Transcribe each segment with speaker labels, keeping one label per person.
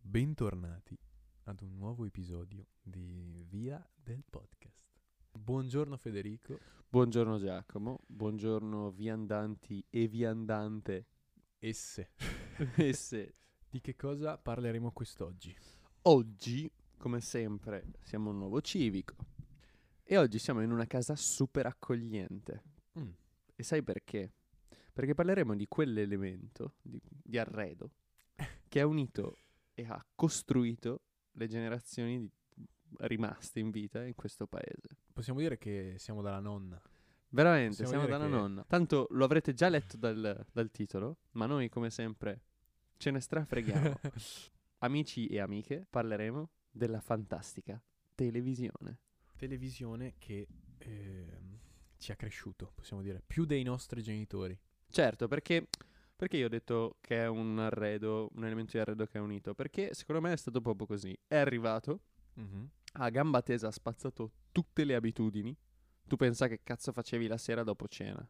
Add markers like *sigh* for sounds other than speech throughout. Speaker 1: Bentornati ad un nuovo episodio di Via del Podcast. Buongiorno Federico
Speaker 2: Buongiorno Giacomo, buongiorno viandanti e viandante.
Speaker 1: esse.
Speaker 2: *laughs* E se
Speaker 1: Di che cosa parleremo quest'oggi?
Speaker 2: oggi, come sempre, siamo un nuovo civico e oggi siamo in una casa super accogliente.
Speaker 1: Mm.
Speaker 2: E sai perché? Perché parleremo di quell'elemento di, di arredo che ha unito e ha costruito le generazioni di- rimaste in vita in questo paese.
Speaker 1: Possiamo dire che siamo dalla nonna.
Speaker 2: Veramente,
Speaker 1: Possiamo
Speaker 2: siamo
Speaker 1: dire
Speaker 2: dalla
Speaker 1: che-
Speaker 2: nonna. Tanto lo avrete già letto dal, dal titolo, ma noi come sempre ce ne
Speaker 1: *laughs*
Speaker 2: strafreghiamo. Amici e amiche, parleremo della fantastica televisione.
Speaker 1: Televisione che ehm, ci ha cresciuto, possiamo dire, più dei nostri genitori.
Speaker 2: Certo, perché, perché io ho detto che è un arredo, un elemento di arredo che è unito? Perché secondo me è stato proprio così. È arrivato, a gamba tesa ha spazzato tutte le abitudini. Tu pensa che cazzo facevi la sera dopo cena?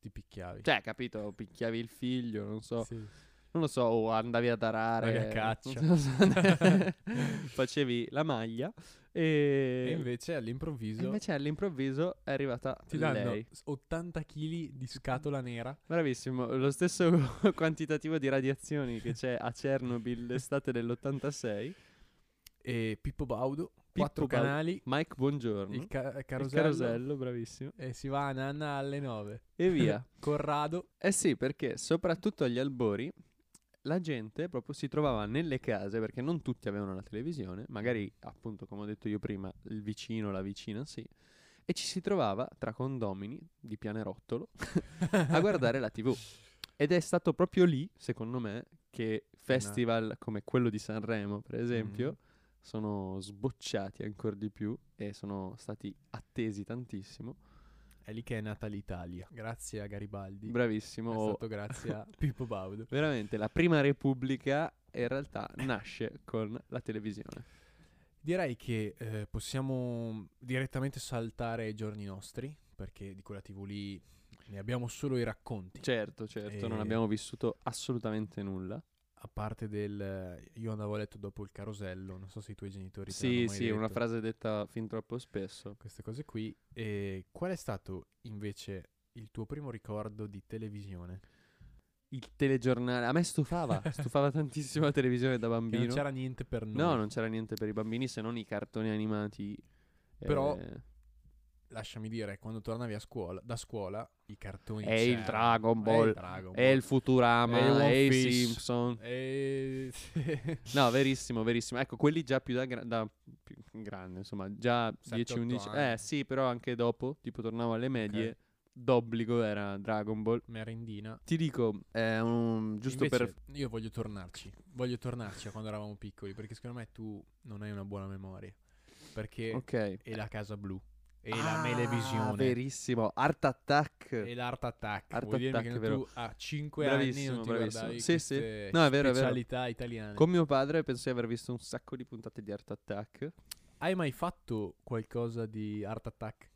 Speaker 1: Ti picchiavi.
Speaker 2: Cioè, capito? Picchiavi il figlio, non so.
Speaker 1: Sì.
Speaker 2: non lo so, o andavi a tarare,
Speaker 1: Andavi a caccia.
Speaker 2: non
Speaker 1: *laughs*
Speaker 2: so, facevi la maglia e,
Speaker 1: E invece
Speaker 2: e
Speaker 1: all'improvviso
Speaker 2: invece all'improvviso è arrivata
Speaker 1: ti danno
Speaker 2: lei.
Speaker 1: s- 80 kg di scatola nera.
Speaker 2: Bravissimo, lo stesso *laughs* quantitativo di radiazioni che c'è a Chernobyl
Speaker 1: *laughs*
Speaker 2: l'estate dell'86.
Speaker 1: E Pippo Baudo,
Speaker 2: Pippo
Speaker 1: quattro
Speaker 2: Baudo.
Speaker 1: canali,
Speaker 2: Mike, buongiorno.
Speaker 1: il, ca-
Speaker 2: Il
Speaker 1: carosello,
Speaker 2: carosello, bravissimo.
Speaker 1: E si va a nanna alle 9.
Speaker 2: E via.
Speaker 1: Corrado.
Speaker 2: Eh sì, perché soprattutto agli albori la gente proprio si trovava nelle case perché non tutti avevano la televisione, magari appunto come ho detto io prima, il vicino, la vicina, sì, e ci si trovava tra condomini di
Speaker 1: *laughs*
Speaker 2: pianerottolo a guardare la TV. Ed è stato proprio lì, secondo me, che festival come quello di Sanremo, per esempio,
Speaker 1: Mm.
Speaker 2: sono sbocciati ancora di più e sono stati attesi tantissimo.
Speaker 1: È lì che è nata l'Italia. Grazie a Garibaldi.
Speaker 2: Bravissimo.
Speaker 1: è
Speaker 2: o-
Speaker 1: stato grazie
Speaker 2: *laughs*
Speaker 1: a Pippo Baudo.
Speaker 2: Veramente, la prima repubblica in realtà nasce con la televisione.
Speaker 1: Direi che eh, possiamo direttamente saltare ai giorni nostri, perché di quella TV lì ne abbiamo solo i racconti.
Speaker 2: Certo, certo, non
Speaker 1: E-
Speaker 2: abbiamo vissuto assolutamente nulla.
Speaker 1: A parte del eh, io andavo a letto dopo il carosello, non so se i tuoi genitori te l'hanno
Speaker 2: Sì,
Speaker 1: mai
Speaker 2: sì, una
Speaker 1: detto.
Speaker 2: frase detta fin troppo spesso.
Speaker 1: queste cose qui. E qual è stato invece il tuo primo ricordo di televisione?
Speaker 2: Il telegiornale, a me
Speaker 1: *laughs*
Speaker 2: stufava, stufava tantissimo la televisione da
Speaker 1: Che
Speaker 2: bambino.
Speaker 1: non c'era niente per noi.
Speaker 2: no, non c'era niente per i bambini se non i cartoni animati. eh,
Speaker 1: Però- Lasciami dire, quando tornavi a scuola, da scuola, i cartoni
Speaker 2: E il
Speaker 1: c'erano.
Speaker 2: Dragon
Speaker 1: E
Speaker 2: Ball.
Speaker 1: il Dragon
Speaker 2: E il Futurama,
Speaker 1: E il One
Speaker 2: e i
Speaker 1: Piece.
Speaker 2: Simpson.
Speaker 1: E... *laughs*
Speaker 2: No, verissimo, verissimo. Ecco, quelli già più da, gra- da più grande, insomma, già
Speaker 1: Sette,
Speaker 2: 10-11.
Speaker 1: otto anni.
Speaker 2: Eh sì, però anche dopo, tipo tornavo alle medie, d'obbligo era Dragon Ball.
Speaker 1: Merendina.
Speaker 2: Ti dico, è un, giusto per...
Speaker 1: Invece, Io voglio tornarci. Voglio tornarci a quando eravamo piccoli, perché secondo me tu non hai una buona memoria. Perché
Speaker 2: Ok.
Speaker 1: è la Casa Blu, è
Speaker 2: Ah,
Speaker 1: la Melevisione,
Speaker 2: Verissimo, Art Attack.
Speaker 1: è l'Art Attack.
Speaker 2: Art
Speaker 1: Vuol dirmi
Speaker 2: Attack,
Speaker 1: che
Speaker 2: vero.
Speaker 1: tu a 5
Speaker 2: Bravissimo,
Speaker 1: anni non ti
Speaker 2: bravissimo.
Speaker 1: guardavi
Speaker 2: Sì, sì.
Speaker 1: queste
Speaker 2: No, è vero, è vero.
Speaker 1: specialità italiane.
Speaker 2: Con mio padre penso di aver visto un sacco di puntate di Art Attack.
Speaker 1: Hai mai fatto qualcosa di
Speaker 2: *laughs*
Speaker 1: Art Attack?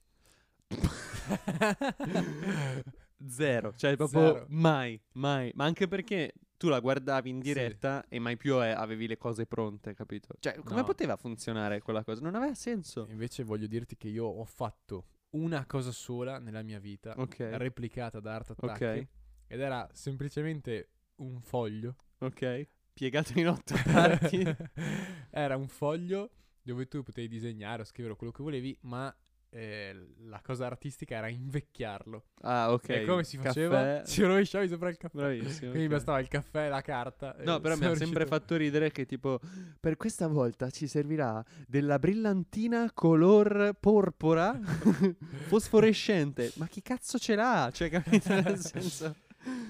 Speaker 2: Zero, cioè proprio
Speaker 1: Zero.
Speaker 2: mai, mai. Ma anche perché tu la guardavi in
Speaker 1: Sì.
Speaker 2: diretta e mai più eh, avevi le cose pronte, capito? Cioè, come
Speaker 1: No.
Speaker 2: poteva funzionare quella cosa? Non aveva senso.
Speaker 1: Invece voglio dirti che io ho fatto una cosa sola nella mia vita,
Speaker 2: Ok,
Speaker 1: replicata da Art Attack,
Speaker 2: ok,
Speaker 1: ed era semplicemente un foglio.
Speaker 2: ok. Piegato in otto *laughs* parti.
Speaker 1: *laughs* era un foglio dove tu potevi disegnare o scrivere quello che volevi, ma eh, la cosa artistica era invecchiarlo.
Speaker 2: ah, ok.
Speaker 1: e come si faceva?
Speaker 2: Caffè.
Speaker 1: Ci rovesciavi sopra il caffè.
Speaker 2: Bravissimo.
Speaker 1: Quindi
Speaker 2: ok.
Speaker 1: bastava il caffè e la carta. e *laughs*
Speaker 2: No, però mi
Speaker 1: sono
Speaker 2: ha sempre
Speaker 1: riuscito-
Speaker 2: fatto ridere che tipo per questa volta ci servirà della brillantina color
Speaker 1: *laughs*
Speaker 2: porpora *laughs* fosforescente. Ma chi cazzo ce l'ha? Cioè, capito? Nel senso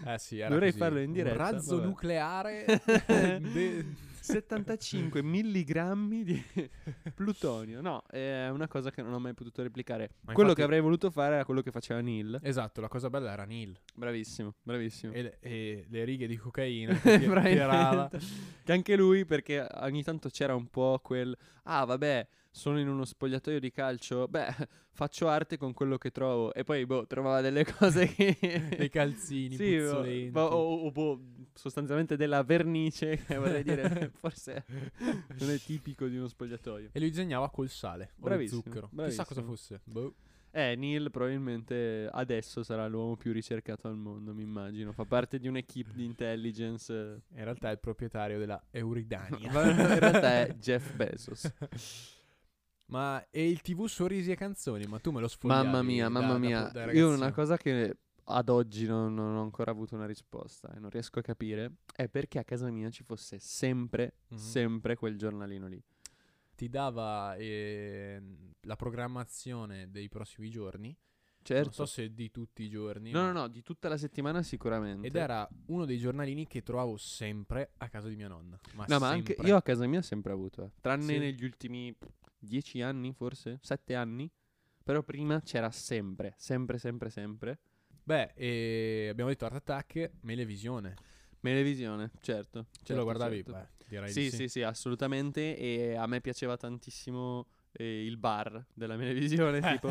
Speaker 1: Eh sì, era
Speaker 2: Dovrei
Speaker 1: così.
Speaker 2: farlo in diretta,
Speaker 1: Un razzo
Speaker 2: vabbè.
Speaker 1: nucleare.
Speaker 2: *laughs*
Speaker 1: de-
Speaker 2: 75 milligrammi di plutonio. No, è una cosa che non ho mai potuto replicare.
Speaker 1: Ma
Speaker 2: quello
Speaker 1: infatti-
Speaker 2: che avrei voluto fare era quello che faceva Neil.
Speaker 1: Esatto, la cosa bella era Neil
Speaker 2: Bravissimo, bravissimo.
Speaker 1: e, le- e le righe di
Speaker 2: *laughs*
Speaker 1: cocaina che ti-
Speaker 2: Veramente.
Speaker 1: tirava.
Speaker 2: Che anche lui, perché ogni tanto c'era un po' quel ah, vabbè, sono in uno spogliatoio di calcio, beh, *laughs* faccio arte con quello che trovo. E poi, boh, trovava delle cose che. *laughs*
Speaker 1: dei calzini
Speaker 2: sì, boh,
Speaker 1: puzzolenti.
Speaker 2: boh, o, o boh, sostanzialmente della vernice, che vorrei *laughs* dire, forse non è tipico di uno spogliatoio.
Speaker 1: E lo disegnava col sale o lo
Speaker 2: Bravissimo,
Speaker 1: zucchero. Chissà
Speaker 2: bravissimo.
Speaker 1: cosa fosse. Boh.
Speaker 2: Eh, Neil probabilmente adesso sarà l'uomo più ricercato al mondo, mi immagino. Fa parte di un'equipe di intelligence. eh,
Speaker 1: In realtà è il proprietario della Euridania.
Speaker 2: *laughs* Ma in realtà
Speaker 1: *laughs*
Speaker 2: è Jeff Bezos.
Speaker 1: Ma e il TV Sorrisi e Canzoni? Ma tu me lo sfogliavi
Speaker 2: Mamma mia,
Speaker 1: da-
Speaker 2: mamma
Speaker 1: da-
Speaker 2: mia.
Speaker 1: da
Speaker 2: Io
Speaker 1: ragazzino.
Speaker 2: una cosa che ad oggi non, non ho ancora avuto una risposta e non riesco a capire è perché a casa mia ci fosse sempre,
Speaker 1: Mhm.
Speaker 2: sempre quel giornalino lì.
Speaker 1: Ti dava ehm, la programmazione dei prossimi giorni. Non
Speaker 2: Certo.
Speaker 1: so se di tutti i giorni.
Speaker 2: No,
Speaker 1: ma-
Speaker 2: no, no, di tutta la settimana sicuramente.
Speaker 1: Ed era uno dei giornalini che trovavo sempre a casa di mia nonna. Ma
Speaker 2: No, ma anche
Speaker 1: sempre.
Speaker 2: io a casa mia ho sempre avuto, eh. tranne
Speaker 1: Sì.
Speaker 2: negli ultimi dieci anni forse, sette anni. Però prima c'era sempre, sempre, sempre, sempre.
Speaker 1: Beh, e abbiamo detto Art Attack, Melevisione. Ce
Speaker 2: Melevisione, certo. certo,
Speaker 1: lo guardavi?
Speaker 2: certo.
Speaker 1: Beh, direi
Speaker 2: Sì,
Speaker 1: di *laughs*
Speaker 2: sì, sì, assolutamente. E a me piaceva tantissimo eh, il bar della
Speaker 1: *laughs*
Speaker 2: Melevisione. tipo,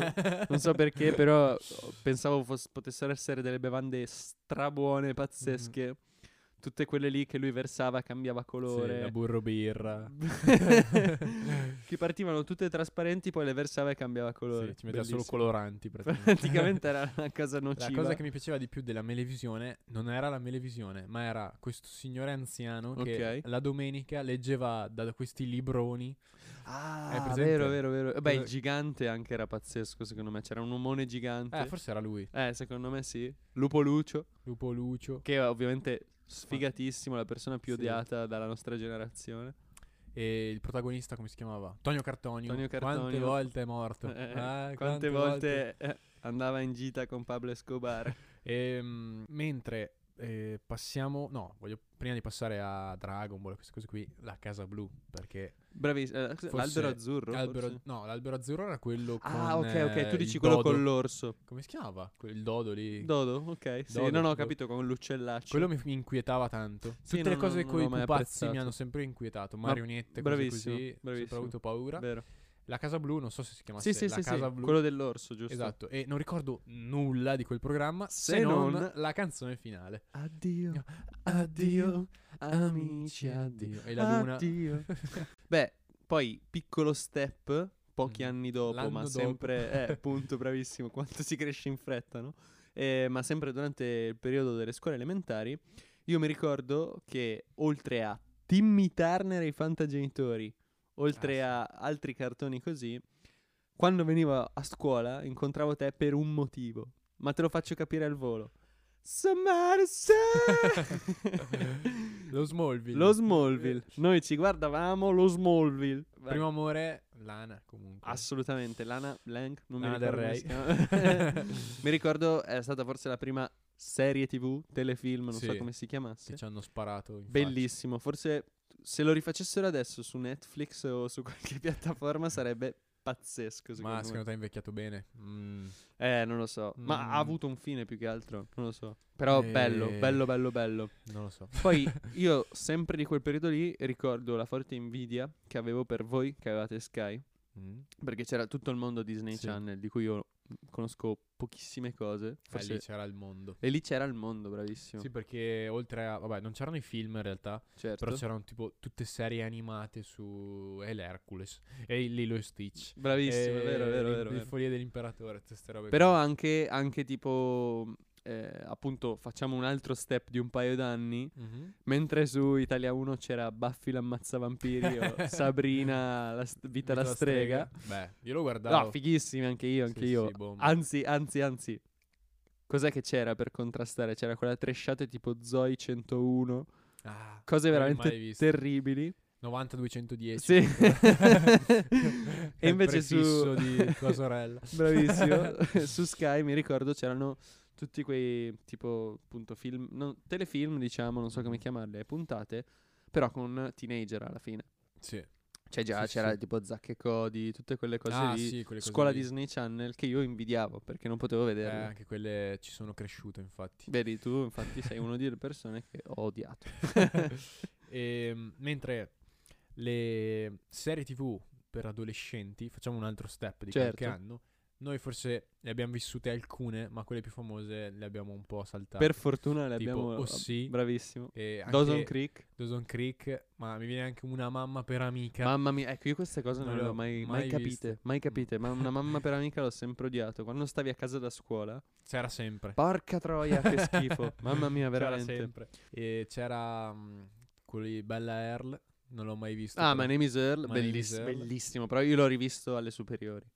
Speaker 2: non so perché, però pensavo foss- potessero essere delle bevande strabuone, pazzesche. Tutte quelle lì che lui versava, cambiava
Speaker 1: Mm-hmm. Sì,
Speaker 2: colore.
Speaker 1: la burro birra.
Speaker 2: *laughs* che partivano tutte trasparenti, poi le versava e cambiava colore.
Speaker 1: Sì, ci metteva solo
Speaker 2: Bellissimo.
Speaker 1: coloranti praticamente.
Speaker 2: *laughs* Praticamente era una cosa
Speaker 1: *laughs* La
Speaker 2: nociva.
Speaker 1: cosa che mi piaceva di più della melevisione non era la melevisione, ma era questo signore anziano che
Speaker 2: Ok.
Speaker 1: la domenica leggeva da questi libroni.
Speaker 2: Ah,
Speaker 1: Hai presente?
Speaker 2: vero, vero, vero. Beh, il
Speaker 1: Cosa-
Speaker 2: gigante anche era pazzesco, secondo me. C'era un omone gigante.
Speaker 1: Eh, forse era lui,
Speaker 2: Eh, secondo me sì. Lupo Lucio,
Speaker 1: Lupo Lucio.
Speaker 2: che è ovviamente sfigatissimo, la persona più
Speaker 1: Sì.
Speaker 2: odiata dalla nostra generazione.
Speaker 1: E il protagonista come si chiamava? Tonio Cartonio.
Speaker 2: Tonio
Speaker 1: Quante
Speaker 2: Cartonio.
Speaker 1: volte è morto?
Speaker 2: *laughs* Eh,
Speaker 1: Eh,
Speaker 2: quante, volte, eh, andava in gita con Pablo
Speaker 1: *laughs*
Speaker 2: Escobar.
Speaker 1: Ehm, mentre eh, passiamo, no, voglio prima di passare a Dragon Ball, queste cose qui, la Casa Blu, perché
Speaker 2: Bravissimo. eh, l'albero azzurro.
Speaker 1: l'albero-
Speaker 2: forse?
Speaker 1: no, l'albero azzurro era quello con
Speaker 2: Ah, ok,
Speaker 1: eh,
Speaker 2: ok. Tu
Speaker 1: il
Speaker 2: dici quello
Speaker 1: dodo.
Speaker 2: con l'orso.
Speaker 1: Come si chiamava? Quel- Il dodo lì.
Speaker 2: Dodo, ok. Sì,
Speaker 1: Dodo,
Speaker 2: non ho
Speaker 1: dodo.
Speaker 2: capito con l'uccellaccio.
Speaker 1: Quello mi mi inquietava tanto.
Speaker 2: Sì,
Speaker 1: Tutte
Speaker 2: no,
Speaker 1: le cose
Speaker 2: no,
Speaker 1: con
Speaker 2: non
Speaker 1: i
Speaker 2: l'ho mai
Speaker 1: pupazzi mi
Speaker 2: apprezzato.
Speaker 1: hanno sempre inquietato. Marionette, cose
Speaker 2: bravissimo,
Speaker 1: così. Ho sempre
Speaker 2: bravissimo.
Speaker 1: avuto paura.
Speaker 2: Vero.
Speaker 1: La Casa Blu, non so se si chiamasse
Speaker 2: Sì, sì,
Speaker 1: La
Speaker 2: sì, sì,
Speaker 1: Casa Blu.
Speaker 2: Quello dell'orso, giusto?
Speaker 1: Esatto, e non ricordo nulla di quel programma se,
Speaker 2: Se
Speaker 1: non,
Speaker 2: non-
Speaker 1: la canzone finale.
Speaker 2: Addio,
Speaker 1: addio,
Speaker 2: addio, amici, addio.
Speaker 1: E la luna.
Speaker 2: Addio. Beh, poi piccolo step, pochi
Speaker 1: Mhm.
Speaker 2: anni dopo,
Speaker 1: L'anno
Speaker 2: ma
Speaker 1: dopo.
Speaker 2: sempre, eh, punto, bravissimo, quanto si cresce in fretta, no? Eh, ma sempre durante il periodo delle scuole elementari, io mi ricordo che oltre a Timmy Turner e i Fantagenitori, oltre
Speaker 1: Ah,
Speaker 2: a altri cartoni così, quando venivo a scuola incontravo te per un motivo, ma te lo faccio capire al volo. Somebody *laughs* say-
Speaker 1: *laughs* Lo Smallville.
Speaker 2: Lo Smallville. Noi ci guardavamo lo Smallville. Vai.
Speaker 1: Primo amore, Lana comunque.
Speaker 2: Assolutamente, Lana Blank, non
Speaker 1: Lana
Speaker 2: mi
Speaker 1: Del
Speaker 2: ricordo come
Speaker 1: Rey.
Speaker 2: si chiama. *laughs* mi ricordo è stata forse la prima serie TV, telefilm, non so
Speaker 1: Sì.
Speaker 2: come si chiamasse.
Speaker 1: che ci hanno sparato. in
Speaker 2: Bellissimo, forse se lo rifacessero adesso su Netflix o su qualche *laughs* piattaforma sarebbe pazzesco,
Speaker 1: faccia.
Speaker 2: secondo
Speaker 1: Ma
Speaker 2: me.
Speaker 1: secondo te è invecchiato bene? Mm.
Speaker 2: Eh, non lo so, ma ha
Speaker 1: Mm.
Speaker 2: avuto un fine più che altro, non lo so. Però
Speaker 1: Eh.
Speaker 2: bello, bello, bello, bello.
Speaker 1: Non lo so. *laughs*
Speaker 2: Poi io sempre di quel periodo lì ricordo la forte invidia che avevo per voi che avevate Sky,
Speaker 1: Mm.
Speaker 2: perché c'era tutto il mondo Disney
Speaker 1: Sì.
Speaker 2: Channel di cui io conosco pochissime cose,
Speaker 1: Eh,
Speaker 2: forse-
Speaker 1: lì c'era il mondo.
Speaker 2: e lì c'era il mondo, bravissimo.
Speaker 1: Sì, perché oltre a... Vabbè, non c'erano i film in realtà,
Speaker 2: certo.
Speaker 1: però c'erano tipo tutte serie animate su... E l'Hercules, e il Lilo e Stitch.
Speaker 2: Bravissimo,
Speaker 1: e
Speaker 2: è vero, è vero, è
Speaker 1: Eh, il-
Speaker 2: vero. è
Speaker 1: il
Speaker 2: vero.
Speaker 1: Follia dell'imperatore, tutte ste robe
Speaker 2: Però
Speaker 1: qua.
Speaker 2: anche, anche tipo eh, appunto facciamo un altro step di un paio d'anni
Speaker 1: Mhm.
Speaker 2: mentre su Italia 1 c'era Buffy l'ammazzavampiri
Speaker 1: *laughs*
Speaker 2: o Sabrina la st- vita da
Speaker 1: la
Speaker 2: strega.
Speaker 1: Beh, io lo guardavo.
Speaker 2: No, fighissimi anche io, anche
Speaker 1: Sì,
Speaker 2: io.
Speaker 1: sì, bomba.
Speaker 2: Anzi, anzi, anzi. Cos'è che c'era per contrastare? C'era quella tresciata tipo Zoe 101,
Speaker 1: Ah,
Speaker 2: cose
Speaker 1: non le ho mai
Speaker 2: veramente
Speaker 1: viste.
Speaker 2: terribili.
Speaker 1: 90-210. *laughs*
Speaker 2: Sì.
Speaker 1: e
Speaker 2: E invece su-
Speaker 1: di tua sorella.
Speaker 2: Bravissimo.
Speaker 1: *laughs*
Speaker 2: Su Sky mi ricordo c'erano tutti quei tipo appunto film, non- telefilm, diciamo, non
Speaker 1: Mm-hmm.
Speaker 2: so come chiamarle, puntate, però con teenager alla fine.
Speaker 1: Sì.
Speaker 2: Cioè già
Speaker 1: Sì,
Speaker 2: c'era
Speaker 1: sì.
Speaker 2: tipo Zack e Cody, tutte quelle cose
Speaker 1: Ah,
Speaker 2: lì.
Speaker 1: sì, quelle cose
Speaker 2: Scuola
Speaker 1: lì.
Speaker 2: Disney Channel che io invidiavo perché non potevo
Speaker 1: Eh,
Speaker 2: vederle.
Speaker 1: anche quelle ci sono cresciuto, infatti.
Speaker 2: Vedi, tu infatti sei una delle persone che ho odiato. *laughs*
Speaker 1: Ehm, mentre le serie TV per adolescenti, facciamo un altro step di
Speaker 2: Certo.
Speaker 1: qualche anno, Noi forse ne abbiamo vissute alcune, ma quelle più famose le abbiamo un po' saltate.
Speaker 2: Per fortuna le
Speaker 1: Tipo,
Speaker 2: abbiamo... ah,
Speaker 1: oh sì.
Speaker 2: Bravissimo.
Speaker 1: e anche
Speaker 2: Dawson Creek.
Speaker 1: Dawson Creek, ma mi viene anche una mamma per amica.
Speaker 2: Mamma mia, ecco, io queste cose
Speaker 1: Non
Speaker 2: non le
Speaker 1: le
Speaker 2: ho
Speaker 1: ho
Speaker 2: mai, mai
Speaker 1: mai
Speaker 2: capite.
Speaker 1: viste.
Speaker 2: Mai capite, ma una mamma per amica l'ho sempre odiato. Quando stavi a casa da scuola,
Speaker 1: C'era sempre.
Speaker 2: porca troia, che
Speaker 1: *laughs*
Speaker 2: schifo. Mamma mia,
Speaker 1: C'era
Speaker 2: veramente.
Speaker 1: sempre. E c'era mh, quello di Bella Earl, non l'ho mai visto.
Speaker 2: Ah,
Speaker 1: però.
Speaker 2: My Name is Earl,
Speaker 1: My Name
Speaker 2: belliss-
Speaker 1: is Earl.
Speaker 2: bellissimo, però io l'ho rivisto alle superiori.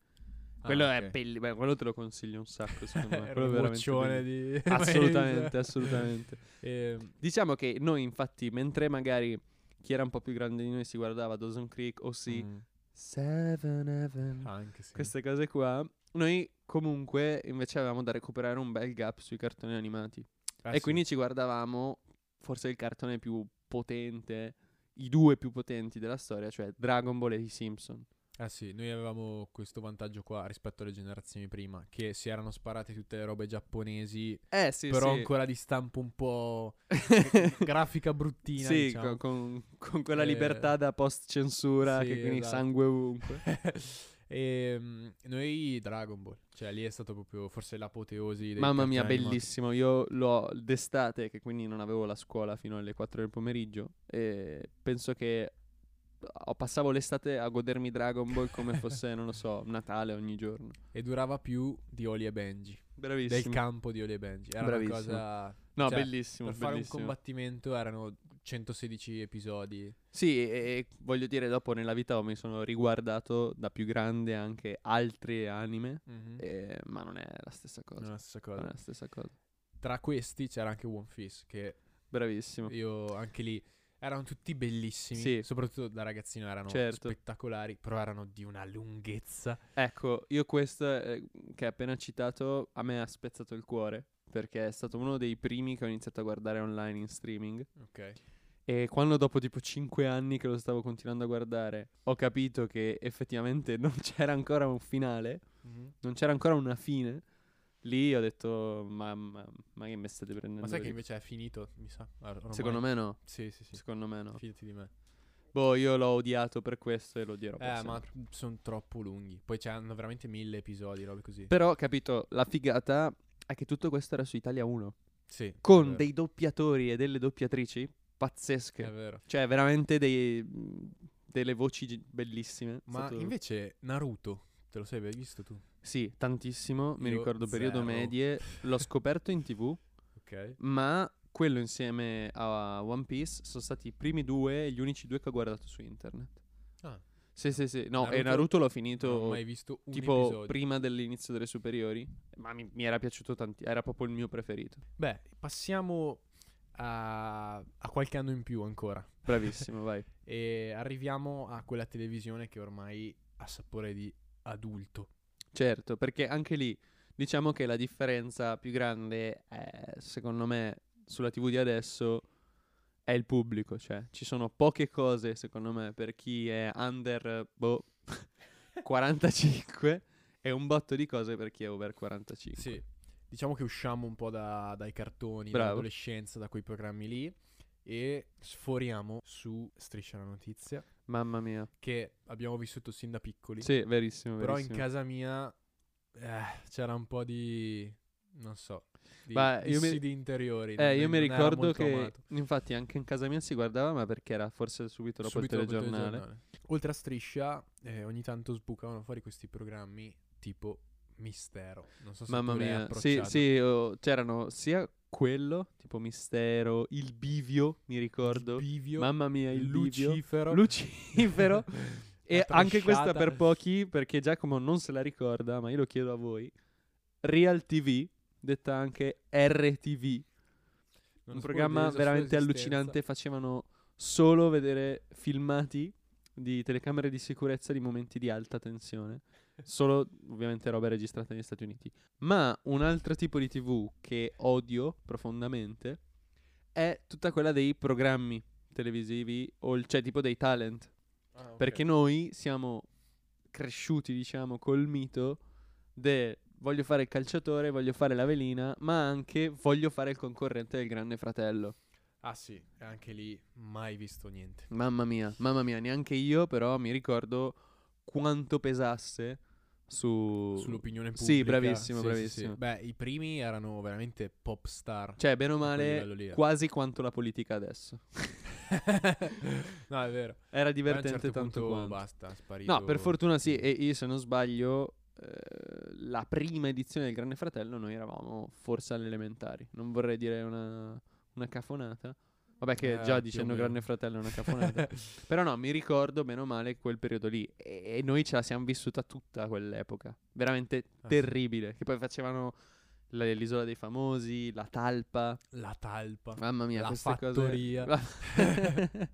Speaker 1: Ah,
Speaker 2: Quello è
Speaker 1: ok.
Speaker 2: belli- beh, quello te lo consiglio un sacco, secondo me.
Speaker 1: *laughs* Era
Speaker 2: quello è
Speaker 1: un
Speaker 2: veramente
Speaker 1: boccione
Speaker 2: bello.
Speaker 1: di... *laughs*
Speaker 2: Assolutamente, assolutamente.
Speaker 1: Ehm,
Speaker 2: Diciamo che noi infatti, mentre magari chi era un po' più grande di noi si guardava Dawson Creek, o sì,
Speaker 1: mm, ah,
Speaker 2: Seven Heaven,
Speaker 1: anche sì.
Speaker 2: queste cose qua, noi comunque invece avevamo da recuperare un bel gap sui cartoni animati.
Speaker 1: Ah,
Speaker 2: e
Speaker 1: sì.
Speaker 2: quindi ci guardavamo forse il cartone più potente, i due più potenti della storia, cioè Dragon Ball e i Simpson.
Speaker 1: Ah sì, noi avevamo questo vantaggio qua rispetto alle generazioni prima, che si erano sparate tutte le robe giapponesi,
Speaker 2: Eh sì,
Speaker 1: però
Speaker 2: sì.
Speaker 1: ancora di stampo un po'
Speaker 2: *laughs*
Speaker 1: grafica bruttina,
Speaker 2: Sì,
Speaker 1: diciamo.
Speaker 2: con, con- con quella
Speaker 1: Eh,
Speaker 2: libertà da post censura
Speaker 1: sì,
Speaker 2: che quindi
Speaker 1: esatto.
Speaker 2: sangue
Speaker 1: *laughs*
Speaker 2: ovunque.
Speaker 1: E mm, noi Dragon Ball, cioè lì è stato proprio forse l'apoteosi dei
Speaker 2: Mamma mia,
Speaker 1: cartoni animati.
Speaker 2: bellissimo. Io l'ho d'estate, che quindi non avevo la scuola fino alle 4 del pomeriggio. E penso che ho- passavo l'estate a godermi Dragon Ball come
Speaker 1: *laughs*
Speaker 2: fosse, non lo so, Natale ogni giorno.
Speaker 1: E durava più di Oli e Benji,
Speaker 2: Bravissimo.
Speaker 1: del campo di Oli e Benji. Era
Speaker 2: Bravissimo.
Speaker 1: una cosa...
Speaker 2: no,
Speaker 1: cioè,
Speaker 2: bellissimo.
Speaker 1: Per fare un
Speaker 2: bellissimo.
Speaker 1: combattimento erano 116 episodi.
Speaker 2: Sì, e, e voglio dire, dopo nella vita mi sono riguardato da più grande anche altre anime. e- ma non è la stessa cosa.
Speaker 1: Non è Eh, la stessa
Speaker 2: Non
Speaker 1: cosa.
Speaker 2: è la stessa cosa.
Speaker 1: Tra questi c'era anche One Piece, che
Speaker 2: Bravissimo.
Speaker 1: Io anche lì erano tutti bellissimi,
Speaker 2: Sì.
Speaker 1: soprattutto da ragazzino erano
Speaker 2: Certo.
Speaker 1: spettacolari, però erano di una lunghezza.
Speaker 2: Ecco, io questo eh, che hai appena citato a me ha spezzato il cuore perché è stato uno dei primi che ho iniziato a guardare online in streaming
Speaker 1: Ok.
Speaker 2: e quando dopo tipo 5 anni che lo stavo continuando a guardare ho capito che effettivamente *laughs* non c'era ancora un finale,
Speaker 1: Mhm.
Speaker 2: non c'era ancora una fine, lì ho detto mamma, ma che mi state prendendo?
Speaker 1: Ma sai che
Speaker 2: per il-"
Speaker 1: invece è finito, mi sa. or- ormai.
Speaker 2: Secondo me no,
Speaker 1: Sì, sì, sì.
Speaker 2: secondo me no.
Speaker 1: Fidati di me.
Speaker 2: Boh, io l'ho odiato per questo e lo odierò per
Speaker 1: Eh,
Speaker 2: sempre.
Speaker 1: ma sono troppo lunghi. Poi c'erano veramente mille episodi, robe così.
Speaker 2: Però, capito, la figata è che tutto questo era su Italia 1.
Speaker 1: Sì. è
Speaker 2: con
Speaker 1: vero,
Speaker 2: dei doppiatori e delle doppiatrici
Speaker 1: È
Speaker 2: pazzesche.
Speaker 1: vero.
Speaker 2: Cioè, veramente dei- delle voci gi- bellissime.
Speaker 1: Ma
Speaker 2: Stato-
Speaker 1: invece Naruto, te lo sei mai visto tu?
Speaker 2: Sì, tantissimo. Mi
Speaker 1: Io
Speaker 2: ricordo periodo
Speaker 1: zero.
Speaker 2: medie. L'ho scoperto in tv,
Speaker 1: Ok.
Speaker 2: ma quello insieme a One Piece sono stati i primi due, gli unici due che ho guardato su internet.
Speaker 1: Ah.
Speaker 2: Sì, sì, sì. No, e Naruto
Speaker 1: Naruto
Speaker 2: l'ho
Speaker 1: Non ho
Speaker 2: finito
Speaker 1: mai visto un
Speaker 2: tipo
Speaker 1: episodio.
Speaker 2: prima dell'inizio delle superiori. Ma mi, mi era piaciuto tantissimo. Era proprio il mio preferito.
Speaker 1: Beh, passiamo a, a qualche anno in più ancora.
Speaker 2: Bravissimo, vai.
Speaker 1: E arriviamo a quella televisione che ormai ha sapore di adulto.
Speaker 2: Certo, perché anche lì diciamo che la differenza più grande, è, secondo me, sulla TV di adesso è il pubblico, cioè ci sono poche cose, secondo me, per chi è under boh, *laughs* 45 e un botto di cose per chi è over 45.
Speaker 1: Sì. Diciamo che usciamo un po' da- dai cartoni,
Speaker 2: Bravo.
Speaker 1: dall'adolescenza, da quei programmi lì e sforiamo su Striscia la notizia
Speaker 2: Mamma mia.
Speaker 1: che abbiamo vissuto sin da piccoli.
Speaker 2: Sì, verissimo,
Speaker 1: però in
Speaker 2: verissimo.
Speaker 1: casa mia eh, c'era un po' di non so, di
Speaker 2: Ma io mi-
Speaker 1: dissidi interiori. non-
Speaker 2: eh, io mi
Speaker 1: non era
Speaker 2: ricordo
Speaker 1: molto
Speaker 2: che
Speaker 1: amato.
Speaker 2: infatti anche in casa mia si guardava, ma perché era forse subito dopo
Speaker 1: Subito
Speaker 2: il
Speaker 1: dopo il
Speaker 2: telegiornale.
Speaker 1: Oltre a Striscia, eh, ogni tanto sbucavano fuori questi programmi tipo Mistero. Non so se
Speaker 2: Mamma
Speaker 1: tu l'hai
Speaker 2: mia, sì,
Speaker 1: approcciato.
Speaker 2: sì, oh, c'erano sia quello, tipo Mistero, il Bivio, mi ricordo.
Speaker 1: Il Bivio,
Speaker 2: Mamma mia, il Bivio.
Speaker 1: Lucifero.
Speaker 2: Lucifero. e
Speaker 1: *laughs* La
Speaker 2: anche questa
Speaker 1: trasciata.
Speaker 2: per pochi, perché Giacomo non se la ricorda, ma io lo chiedo a voi. Real TV, detta anche RTV,
Speaker 1: Una
Speaker 2: un
Speaker 1: scuola
Speaker 2: programma
Speaker 1: della sua
Speaker 2: veramente
Speaker 1: esistenza.
Speaker 2: allucinante, facevano solo vedere filmati di telecamere di sicurezza di momenti di alta tensione, solo ovviamente roba registrata negli Stati Uniti. Ma un altro tipo di TV che odio profondamente è tutta quella dei programmi televisivi o il, cioè tipo dei talent,
Speaker 1: Ah, ok.
Speaker 2: perché noi siamo cresciuti, diciamo, col mito del voglio fare il calciatore, voglio fare la velina, ma anche voglio fare il concorrente del grande fratello.
Speaker 1: Ah sì, e anche lì mai visto niente.
Speaker 2: Mamma mia, mamma mia, neanche io però mi ricordo quanto pesasse su...
Speaker 1: sull'opinione pubblica.
Speaker 2: Sì, bravissimo,
Speaker 1: Sì, sì, sì.
Speaker 2: bravissimo.
Speaker 1: Beh, i primi erano veramente pop star.
Speaker 2: Cioè, bene o
Speaker 1: quel
Speaker 2: male,
Speaker 1: livello lì eh. era.
Speaker 2: quasi quanto la politica
Speaker 1: *laughs*
Speaker 2: adesso.
Speaker 1: no, è vero.
Speaker 2: Era
Speaker 1: Poi a un
Speaker 2: Cioè divertente
Speaker 1: certo
Speaker 2: tanto
Speaker 1: punto
Speaker 2: quanto.
Speaker 1: basta, è sparito.
Speaker 2: No, per fortuna sì, e io se non sbaglio, eh, la prima edizione del Grande Fratello noi eravamo forse alle elementari. Non vorrei dire una, una cafonata. Vabbè che
Speaker 1: Eh, più
Speaker 2: già
Speaker 1: o
Speaker 2: dicendo
Speaker 1: meno.
Speaker 2: Grande Fratello è
Speaker 1: *laughs*
Speaker 2: una *laughs* cafonata. Però no, mi ricordo bene o male quel periodo lì. E, e noi ce la siamo vissuta tutta quell'epoca. Veramente
Speaker 1: Ah, sì.
Speaker 2: terribile. Che poi facevano le- l'isola dei famosi, la talpa.
Speaker 1: La talpa.
Speaker 2: Mamma mia,
Speaker 1: La
Speaker 2: queste *laughs*
Speaker 1: fattoria.
Speaker 2: cose...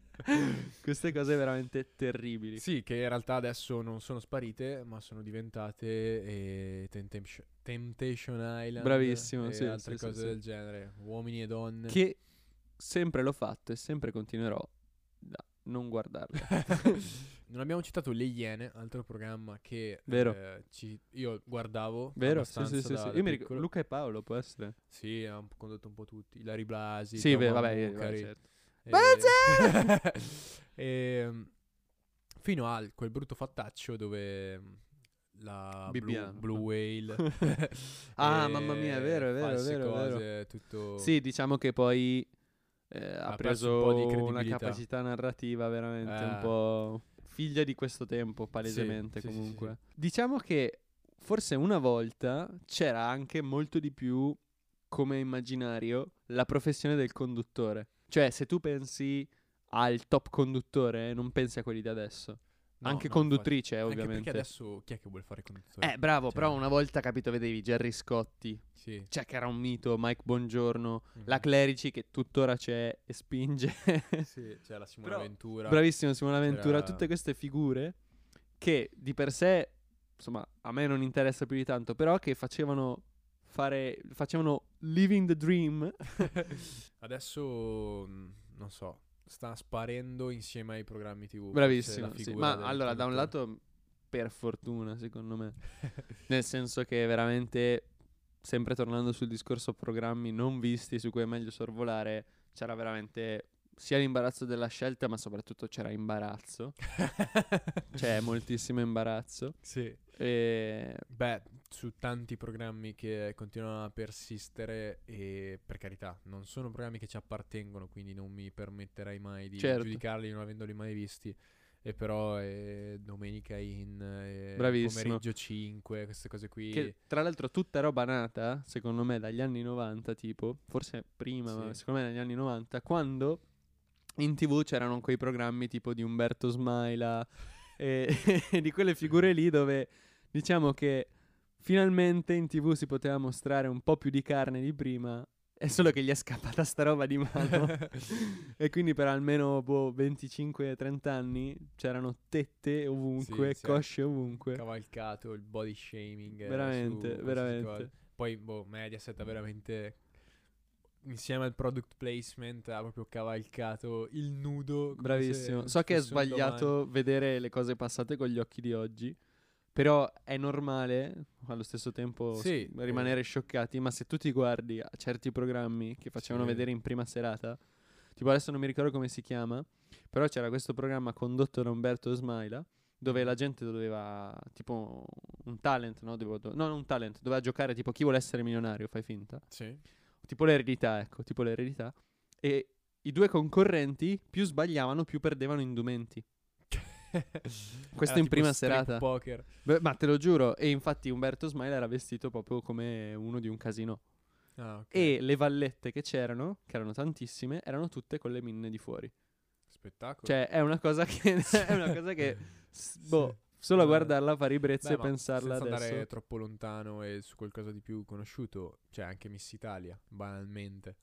Speaker 2: *laughs* queste cose veramente terribili.
Speaker 1: Sì, che in realtà adesso non sono sparite, ma sono diventate eh, Temptation, Temptation Island.
Speaker 2: Bravissimo,
Speaker 1: e
Speaker 2: sì, sì,
Speaker 1: altre
Speaker 2: sì,
Speaker 1: cose
Speaker 2: sì.
Speaker 1: del genere. Uomini e donne.
Speaker 2: che sempre l'ho fatto e sempre continuerò a non
Speaker 1: *laughs*
Speaker 2: guardarle. *laughs*
Speaker 1: non abbiamo citato Le Iene, altro programma che
Speaker 2: Vero.
Speaker 1: eh, ci- io guardavo.
Speaker 2: Vero? Sì,
Speaker 1: abbastanza
Speaker 2: sì, sì,
Speaker 1: da-
Speaker 2: sì.
Speaker 1: da
Speaker 2: Io mi ricordo
Speaker 1: piccolo.
Speaker 2: Luca e Paolo può essere.
Speaker 1: Sì, ha un po' condotto un po' tutti. Ilari Blasi.
Speaker 2: Sì,
Speaker 1: Teo
Speaker 2: beh, vabbè, eh, vabbè,
Speaker 1: Mammucari,
Speaker 2: certo.
Speaker 1: e-
Speaker 2: Bazza!
Speaker 1: Eh, *laughs* Ehm, fino a quel brutto fattaccio dove mm, la blue,
Speaker 2: Bibbiano.
Speaker 1: Blue Whale.
Speaker 2: *laughs* Ah,
Speaker 1: *laughs* e
Speaker 2: mamma mia, è vero, è vero, è
Speaker 1: false
Speaker 2: vero, è vero.
Speaker 1: cose, tutto...
Speaker 2: Sì, diciamo che poi eh, ha
Speaker 1: Ha perso un po' di
Speaker 2: preso una
Speaker 1: credibilità.
Speaker 2: capacità narrativa veramente un
Speaker 1: Eh.
Speaker 2: po' figlia di questo tempo, palesemente
Speaker 1: sì, sì, sì.
Speaker 2: comunque. Diciamo che forse una volta c'era anche molto di più come immaginario la professione del conduttore. Cioè, se tu pensi al top conduttore, non pensi a quelli di adesso.
Speaker 1: No,
Speaker 2: anche
Speaker 1: no,
Speaker 2: conduttrice, eh,
Speaker 1: infatti. Anche
Speaker 2: ovviamente.
Speaker 1: perché adesso chi è che vuole fare conduttore?
Speaker 2: Eh, bravo,
Speaker 1: Cioè,
Speaker 2: però una volta capito, vedevi Gerry Scotti,
Speaker 1: Sì.
Speaker 2: cioè che era un mito, Mike Buongiorno, la
Speaker 1: Mhm.
Speaker 2: Clerici che tuttora c'è e
Speaker 1: *laughs*
Speaker 2: spinge.
Speaker 1: Sì, c'è la Simona
Speaker 2: Però-
Speaker 1: Ventura.
Speaker 2: Bravissimo Simone Ventura,
Speaker 1: C'era-
Speaker 2: tutte queste figure che di per sé, insomma, a me non interessa più di tanto, però che facevano fare facevano living the dream.
Speaker 1: Uh,
Speaker 2: *laughs*
Speaker 1: Adesso, mh, non so, sta sparendo insieme ai programmi TV. forse
Speaker 2: Bravissimo.
Speaker 1: la
Speaker 2: sì.
Speaker 1: figura
Speaker 2: Ma
Speaker 1: del
Speaker 2: allora, da un
Speaker 1: conduttore.
Speaker 2: lato per fortuna, secondo
Speaker 1: *laughs*
Speaker 2: me, nel senso che veramente sempre tornando sul discorso programmi non visti su cui è meglio sorvolare, c'era veramente sia l'imbarazzo della scelta, ma soprattutto c'era imbarazzo.
Speaker 1: *laughs*
Speaker 2: *laughs* c'è moltissimo imbarazzo.
Speaker 1: Sì.
Speaker 2: E...
Speaker 1: Beh, su tanti programmi che continuano a persistere e per carità, non sono programmi che ci appartengono, quindi non mi permetterai mai di
Speaker 2: Certo.
Speaker 1: giudicarli non avendoli mai visti. E però eh, Domenica in eh,
Speaker 2: Bravissimo.
Speaker 1: Pomeriggio 5, queste cose qui.
Speaker 2: Che tra l'altro tutta roba nata, secondo me, dagli anni 90, tipo, forse prima, ma
Speaker 1: Sì.
Speaker 2: secondo me negli anni 90, quando in tv c'erano quei programmi tipo di Umberto Smaila e, *laughs* e di quelle figure lì dove diciamo che finalmente in tv si poteva mostrare un po' più di carne di prima, è solo che gli è scappata sta roba di *laughs* mano.
Speaker 1: *laughs*
Speaker 2: E quindi per almeno boh, 25-30 anni c'erano tette ovunque,
Speaker 1: Sì, sì.
Speaker 2: cosce ovunque.
Speaker 1: cavalcato il body shaming. eh, su
Speaker 2: Veramente,
Speaker 1: qualsiasi
Speaker 2: veramente.
Speaker 1: cosa. Poi, boh, Mediaset ha veramente. Insieme al product placement ha proprio cavalcato il nudo. come se
Speaker 2: Bravissimo.
Speaker 1: non
Speaker 2: So che è
Speaker 1: fosse un
Speaker 2: sbagliato vedere le cose passate con gli occhi di oggi, però è normale allo stesso tempo
Speaker 1: Sì, eh.
Speaker 2: s- rimanere scioccati, ma se tu ti guardi a certi programmi che facevano
Speaker 1: Sì.
Speaker 2: vedere in prima serata, tipo adesso non mi ricordo come si chiama, però c'era questo programma condotto da Umberto Smaila
Speaker 1: Mm.
Speaker 2: dove la gente doveva tipo un talent, no? Dovevo- do- no, non un talent, doveva giocare tipo chi vuole essere milionario, fai finta
Speaker 1: domani. Sì.
Speaker 2: tipo l'eredità, ecco, tipo l'eredità. E i due concorrenti più sbagliavano, più perdevano indumenti. *laughs* Questo
Speaker 1: Era
Speaker 2: in
Speaker 1: tipo
Speaker 2: prima
Speaker 1: strip
Speaker 2: serata.
Speaker 1: Poker.
Speaker 2: Beh, ma te lo giuro, e infatti Umberto Smaila era vestito proprio come uno di un casino.
Speaker 1: Ah, ok.
Speaker 2: E le vallette che c'erano, che erano tantissime, erano tutte con le minne di fuori.
Speaker 1: Spettacolo.
Speaker 2: Cioè, è una cosa che *laughs* è una cosa *laughs* che s-
Speaker 1: Sì.
Speaker 2: boh, solo a
Speaker 1: Eh.
Speaker 2: guardarla fa ribrezzo
Speaker 1: Beh,
Speaker 2: e
Speaker 1: ma
Speaker 2: pensarla
Speaker 1: senza
Speaker 2: adesso.
Speaker 1: andare troppo lontano e su qualcosa di più conosciuto, c'è anche Miss Italia, banalmente.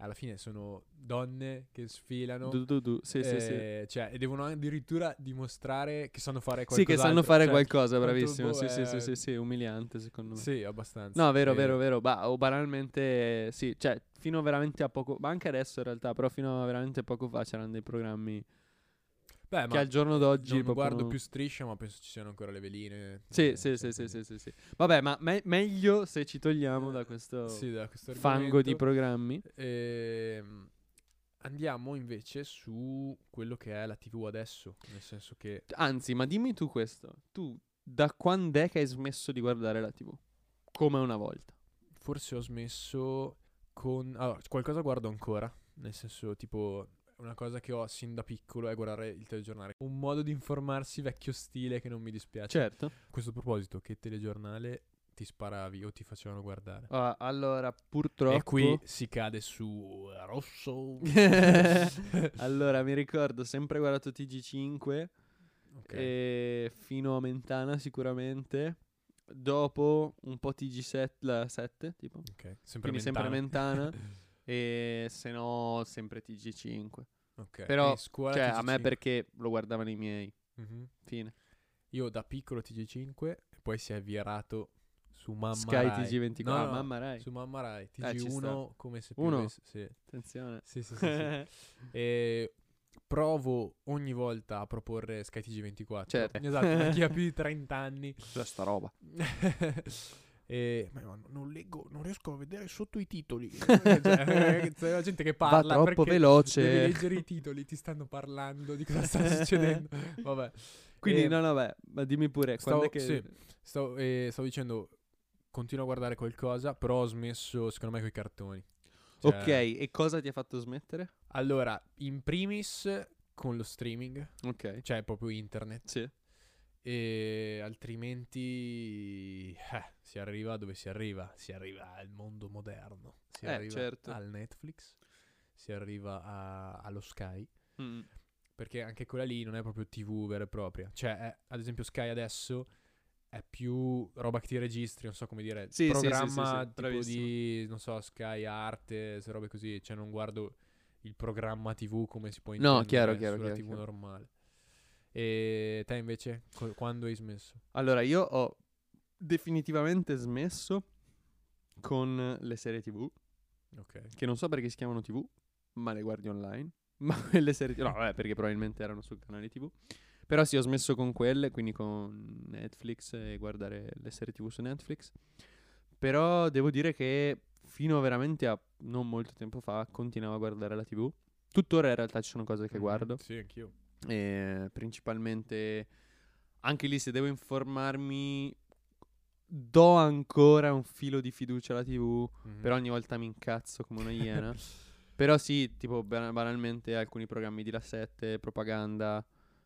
Speaker 1: Alla fine sono donne che sfilano.
Speaker 2: Du- du- du- Sì, sì, sì.
Speaker 1: eh, Cioè, e devono addirittura dimostrare che sanno fare Cioè,
Speaker 2: Sì,
Speaker 1: qualcosa.
Speaker 2: che sanno fare qualcosa,
Speaker 1: quanto,
Speaker 2: bravissimo.
Speaker 1: boh,
Speaker 2: Sì, sì,
Speaker 1: è-
Speaker 2: sì, sì, sì, umiliante secondo me.
Speaker 1: Sì, abbastanza.
Speaker 2: No, vero, vero,
Speaker 1: Eh,
Speaker 2: vero. Ba- o banalmente, sì, cioè, fino veramente a poco, ma anche adesso in realtà, però fino a veramente poco fa c'erano dei programmi
Speaker 1: Beh,
Speaker 2: che
Speaker 1: Eh, ma
Speaker 2: al giorno d'oggi
Speaker 1: non
Speaker 2: proprio
Speaker 1: guardo
Speaker 2: non-
Speaker 1: più striscia, ma penso ci siano ancora le veline.
Speaker 2: Sì,
Speaker 1: eh,
Speaker 2: sì, sì,
Speaker 1: cioè,
Speaker 2: sì,
Speaker 1: quindi-
Speaker 2: sì, sì, sì. Vabbè, ma me- meglio se ci togliamo da questo
Speaker 1: Sì, da questo
Speaker 2: fango di
Speaker 1: argomento.
Speaker 2: programmi.
Speaker 1: Ehm, andiamo invece su quello che è la TV adesso, nel senso che
Speaker 2: Anzi, ma dimmi tu questo. Tu da quando è che hai smesso di guardare la TV? Come una volta.
Speaker 1: Forse ho smesso con... Allora, qualcosa guardo ancora, nel senso tipo una cosa che ho sin da piccolo è guardare il telegiornale. Un modo di informarsi vecchio stile che non mi dispiace.
Speaker 2: Certo.
Speaker 1: A questo proposito, che telegiornale ti sparavi o ti facevano guardare?
Speaker 2: Ah, allora, purtroppo...
Speaker 1: E qui si cade su
Speaker 2: *laughs*
Speaker 1: eh, rosso. *laughs*
Speaker 2: allora, mi ricordo, sempre guardato TG5
Speaker 1: Ok.
Speaker 2: Eh, e fino a Mentana sicuramente. Dopo un po' TG7, la 7, tipo.
Speaker 1: ok. Sempre
Speaker 2: Quindi sempre
Speaker 1: mentale.
Speaker 2: Mentana. e se no, sempre TG5.
Speaker 1: *laughs* Ok.
Speaker 2: Però,
Speaker 1: E scuola
Speaker 2: Cioè, a me
Speaker 1: TG5.
Speaker 2: perché lo guardavano i miei.
Speaker 1: Mhm.
Speaker 2: Fine.
Speaker 1: Io da piccolo TG5 e poi si è virato su Mamma
Speaker 2: Sky
Speaker 1: Rai.
Speaker 2: TG24.
Speaker 1: No,
Speaker 2: ah,
Speaker 1: no,
Speaker 2: mamma Rai.
Speaker 1: Su Mamma Rai,
Speaker 2: Eh, ci sta.
Speaker 1: TG1 come se
Speaker 2: Uno?
Speaker 1: piovesse. Sì.
Speaker 2: Attenzione.
Speaker 1: Sì, sì,
Speaker 2: *laughs*
Speaker 1: sì, sì. E provo ogni volta a proporre Sky TG24.
Speaker 2: Certo.
Speaker 1: Esatto, per chi ha
Speaker 2: *laughs*
Speaker 1: più di 30 anni.
Speaker 2: Cos'è sta roba? *laughs*
Speaker 1: E- ma io non leggo, non riesco a vedere sotto i
Speaker 2: *laughs*
Speaker 1: titoli. Cioè, c'è la gente che parla
Speaker 2: Va troppo
Speaker 1: perché devi
Speaker 2: veloce.
Speaker 1: leggere i titoli, ti stanno parlando di
Speaker 2: *laughs*
Speaker 1: cosa sta succedendo. Vabbè.
Speaker 2: Quindi,
Speaker 1: Eh,
Speaker 2: no, no, beh, ma dimmi pure.
Speaker 1: stavo-
Speaker 2: quando è che...
Speaker 1: sì. Stavo, eh, stavo dicendo, continuo a guardare qualcosa, però ho smesso, secondo me, con i cartoni. Cioè,
Speaker 2: Ok, e cosa ti ha fatto smettere?
Speaker 1: Allora, in primis con lo streaming,
Speaker 2: Ok.
Speaker 1: cioè proprio internet,
Speaker 2: Sì.
Speaker 1: e altrimenti eh, si arriva dove si arriva, si arriva al mondo moderno, si
Speaker 2: Eh,
Speaker 1: arriva
Speaker 2: certo.
Speaker 1: al Netflix, si arriva a- allo Sky,
Speaker 2: Mm.
Speaker 1: perché anche quella lì non è proprio TV vera e propria, cioè è- ad esempio Sky adesso è più roba che ti registri, non so come dire,
Speaker 2: Sì, sì, sì, sì, sì,
Speaker 1: programma tipo
Speaker 2: bravissimo.
Speaker 1: di, non so, Sky Arte, se robe così, cioè non guardo il programma TV come si può
Speaker 2: No,
Speaker 1: intendere
Speaker 2: chiaro, chiaro,
Speaker 1: sulla
Speaker 2: chiaro,
Speaker 1: TV
Speaker 2: chiaro.
Speaker 1: normale. E te invece, co- quando hai smesso?
Speaker 2: Allora, io ho definitivamente smesso con le serie TV,
Speaker 1: Ok.
Speaker 2: che non so perché si chiamano TV, ma le guardi online. *laughs* Ma quelle serie TV, no, vabbè, perché probabilmente erano sul canale TV. Però sì, ho smesso con quelle, quindi con Netflix e guardare le serie TV su Netflix. Però devo dire che fino veramente a non molto tempo fa continuavo a guardare la TV. Tuttora in realtà ci sono cose che
Speaker 1: Mhm,
Speaker 2: guardo.
Speaker 1: Sì, anch'io.
Speaker 2: Eh, principalmente anche lì se devo informarmi do ancora un filo di fiducia alla tv
Speaker 1: Mhm.
Speaker 2: però ogni eh, volta mi incazzo come una
Speaker 1: *laughs*
Speaker 2: iena però sì tipo ba- banalmente alcuni programmi di La 7 propaganda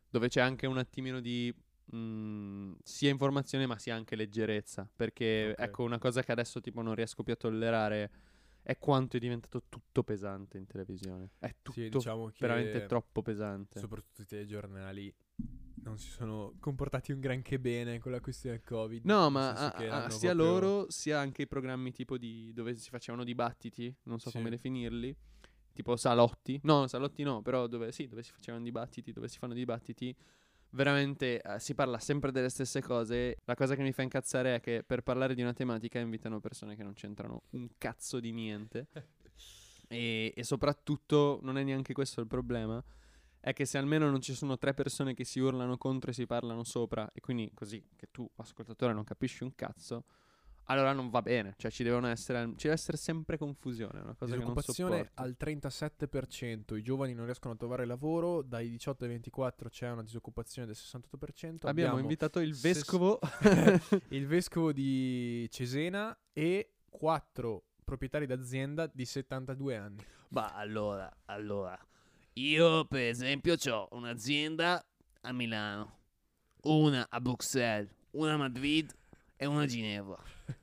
Speaker 2: dove c'è anche un attimino di mh, sia informazione ma sia anche leggerezza perché
Speaker 1: Ok.
Speaker 2: ecco una cosa che adesso tipo non riesco più a tollerare è quanto è diventato tutto pesante in televisione è tutto
Speaker 1: Sì, diciamo che
Speaker 2: veramente troppo pesante
Speaker 1: Soprattutto i telegiornali non si sono comportati un granché bene con la questione del Covid.
Speaker 2: No,
Speaker 1: nel
Speaker 2: ma
Speaker 1: senso
Speaker 2: a-
Speaker 1: che
Speaker 2: a-
Speaker 1: hanno
Speaker 2: sia
Speaker 1: proprio-
Speaker 2: loro sia anche i programmi tipo di dove si facevano dibattiti, non so
Speaker 1: Sì.
Speaker 2: come definirli, tipo salotti. No, salotti no, però dove sì, dove si facevano dibattiti, dove si fanno dibattiti, veramente eh, si parla sempre delle stesse cose. La cosa che mi fa incazzare è che per parlare di una tematica invitano persone che non c'entrano un cazzo di niente. E, e soprattutto non è neanche questo il problema. È che se almeno non ci sono tre persone che si urlano contro e si parlano sopra, e quindi così che tu, ascoltatore, non capisci un cazzo, allora non va bene. Cioè, ci devono essere. al- Ci deve essere sempre confusione. È una cosa che non
Speaker 1: Disoccupazione
Speaker 2: sopporto.
Speaker 1: al 37%, i giovani non riescono a trovare lavoro, dai 18 ai 24 c'è una disoccupazione del 68%.
Speaker 2: Abbiamo invitato il
Speaker 1: ses- *laughs*
Speaker 2: vescovo.
Speaker 1: il vescovo di Cesena e quattro proprietari d'azienda di 72 anni.
Speaker 3: Ma allora, allora, io per esempio ho un'azienda a Milano, una a Bruxelles, una a Madrid e una a Ginevra.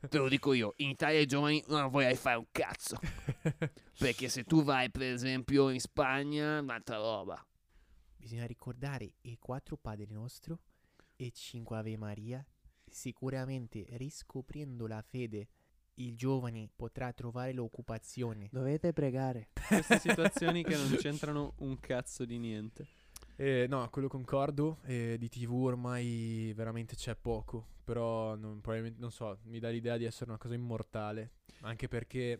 Speaker 3: Te lo dico io, in Italia i giovani non vorrei fare un
Speaker 2: *laughs*
Speaker 3: cazzo. Perché se tu vai per esempio in Spagna, un'altra roba.
Speaker 4: Bisogna ricordare i quattro Padre Nostro e cinque Ave Maria. Sicuramente riscoprendo la fede, il giovane potrà trovare l'occupazione.
Speaker 3: Dovete pregare.
Speaker 2: Queste situazioni che non c'entrano un cazzo di niente.
Speaker 1: Eh, no, quello concordo. eh, di TV ormai veramente c'è poco. Però non, probabilmente, non so, mi dà l'idea di essere una cosa immortale. Anche perché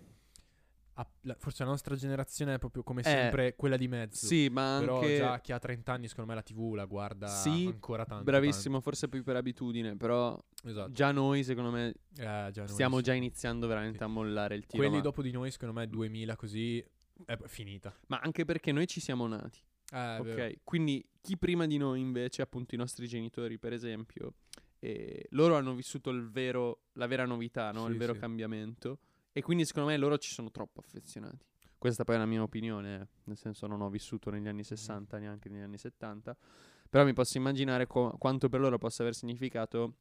Speaker 1: a- la- forse la nostra generazione è proprio
Speaker 4: Eh,
Speaker 1: come sempre quella di mezzo.
Speaker 2: Sì, ma anche.
Speaker 1: Però già chi ha 30 anni, secondo me la TV la guarda
Speaker 2: Sì,
Speaker 1: ancora tanto.
Speaker 2: Bravissimo, forse più per abitudine, però
Speaker 1: tanto. Esatto.
Speaker 2: già noi, secondo me,
Speaker 1: Eh, già noi
Speaker 2: stiamo
Speaker 1: sì.
Speaker 2: già iniziando veramente
Speaker 1: Sì.
Speaker 2: a mollare il tiro.
Speaker 1: Quelli
Speaker 2: Ma,
Speaker 1: dopo di noi, secondo me, 2000 così è p- finita.
Speaker 2: ma anche perché noi ci siamo nati,
Speaker 1: Eh, è
Speaker 2: ok?
Speaker 1: vero.
Speaker 2: Quindi chi prima di noi, invece, appunto i nostri genitori, per esempio, E loro hanno vissuto il vero, la vera novità, no? il
Speaker 1: Sì,
Speaker 2: vero
Speaker 1: sì.
Speaker 2: cambiamento. E quindi secondo me loro ci sono troppo affezionati. Questa poi è una mia opinione, eh. nel senso non ho vissuto negli anni 60, neanche negli anni 70. Però mi posso immaginare co- quanto per loro possa aver significato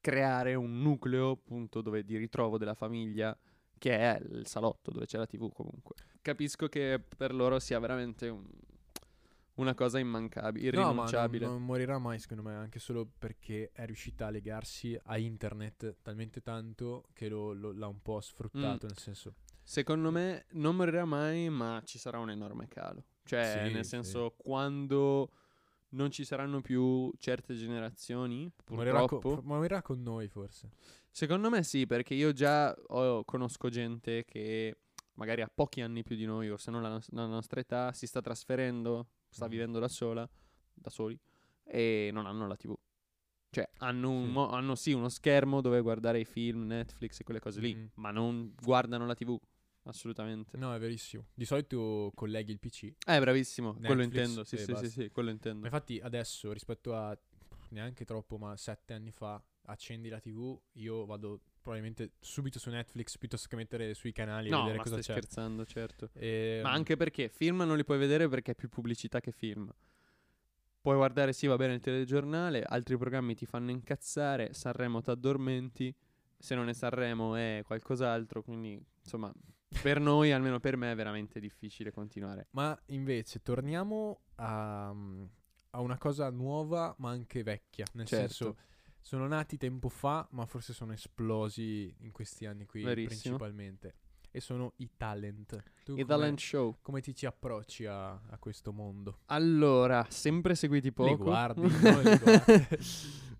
Speaker 2: creare un nucleo appunto dove di ritrovo della famiglia che è il salotto dove c'è la tv comunque capisco che per loro sia veramente un- una cosa immancabile
Speaker 1: No, ma
Speaker 2: irrinunciabile
Speaker 1: non, non morirà mai, secondo me, anche solo perché è riuscita a legarsi a internet talmente tanto che lo- lo- l'ha un po' sfruttato,
Speaker 2: Mm.
Speaker 1: nel senso...
Speaker 2: secondo me non morirà mai ma ci sarà un enorme calo cioè
Speaker 1: Sì,
Speaker 2: nel
Speaker 1: sì.
Speaker 2: senso quando non ci saranno più certe generazioni
Speaker 1: Morirà, co-
Speaker 2: purtroppo
Speaker 1: fo- morirà con noi, forse.
Speaker 2: Secondo me sì, perché io già ho- conosco gente che magari ha pochi anni più di noi, o se non la, nos- la nostra età, si sta trasferendo, sta
Speaker 1: Mm.
Speaker 2: vivendo da sola, da soli, e non hanno la TV. Cioè, hanno, un
Speaker 1: Sì.
Speaker 2: mo- hanno sì uno schermo dove guardare i film, Netflix e quelle cose lì,
Speaker 1: Mhm.
Speaker 2: ma non guardano la TV, assolutamente.
Speaker 1: No, è verissimo. Di solito colleghi il PC.
Speaker 2: Eh, bravissimo, quello
Speaker 1: Netflix
Speaker 2: intendo, sì,
Speaker 1: e
Speaker 2: sì,
Speaker 1: basta.
Speaker 2: sì, sì, quello
Speaker 1: Ma
Speaker 2: intendo.
Speaker 1: Infatti adesso, rispetto a pff, neanche troppo, ma sette anni fa, accendi la TV, io vado probabilmente subito su Netflix piuttosto che mettere sui canali e
Speaker 2: No,
Speaker 1: vedere
Speaker 2: ma
Speaker 1: cosa
Speaker 2: stai
Speaker 1: c'è.
Speaker 2: scherzando, certo.
Speaker 1: Ehm,
Speaker 2: Ma anche perché film non li puoi vedere perché è più pubblicità che film. Puoi guardare, sì, va bene il telegiornale, altri programmi ti fanno incazzare, Sanremo ti addormenti, se non è Sanremo è qualcos'altro, quindi insomma, per noi, almeno per me, è veramente difficile continuare.
Speaker 1: Ma invece torniamo a, a una cosa nuova ma anche vecchia. Nel
Speaker 2: Certo.
Speaker 1: senso, sono nati tempo fa ma forse sono esplosi in questi anni qui
Speaker 2: Verissimo.
Speaker 1: principalmente. E sono i talent. Tu
Speaker 2: I
Speaker 1: come-
Speaker 2: talent show.
Speaker 1: Come ti ci approcci a, a questo mondo?
Speaker 2: Allora, sempre seguiti poco. *laughs*
Speaker 1: guardi, no, li guardi.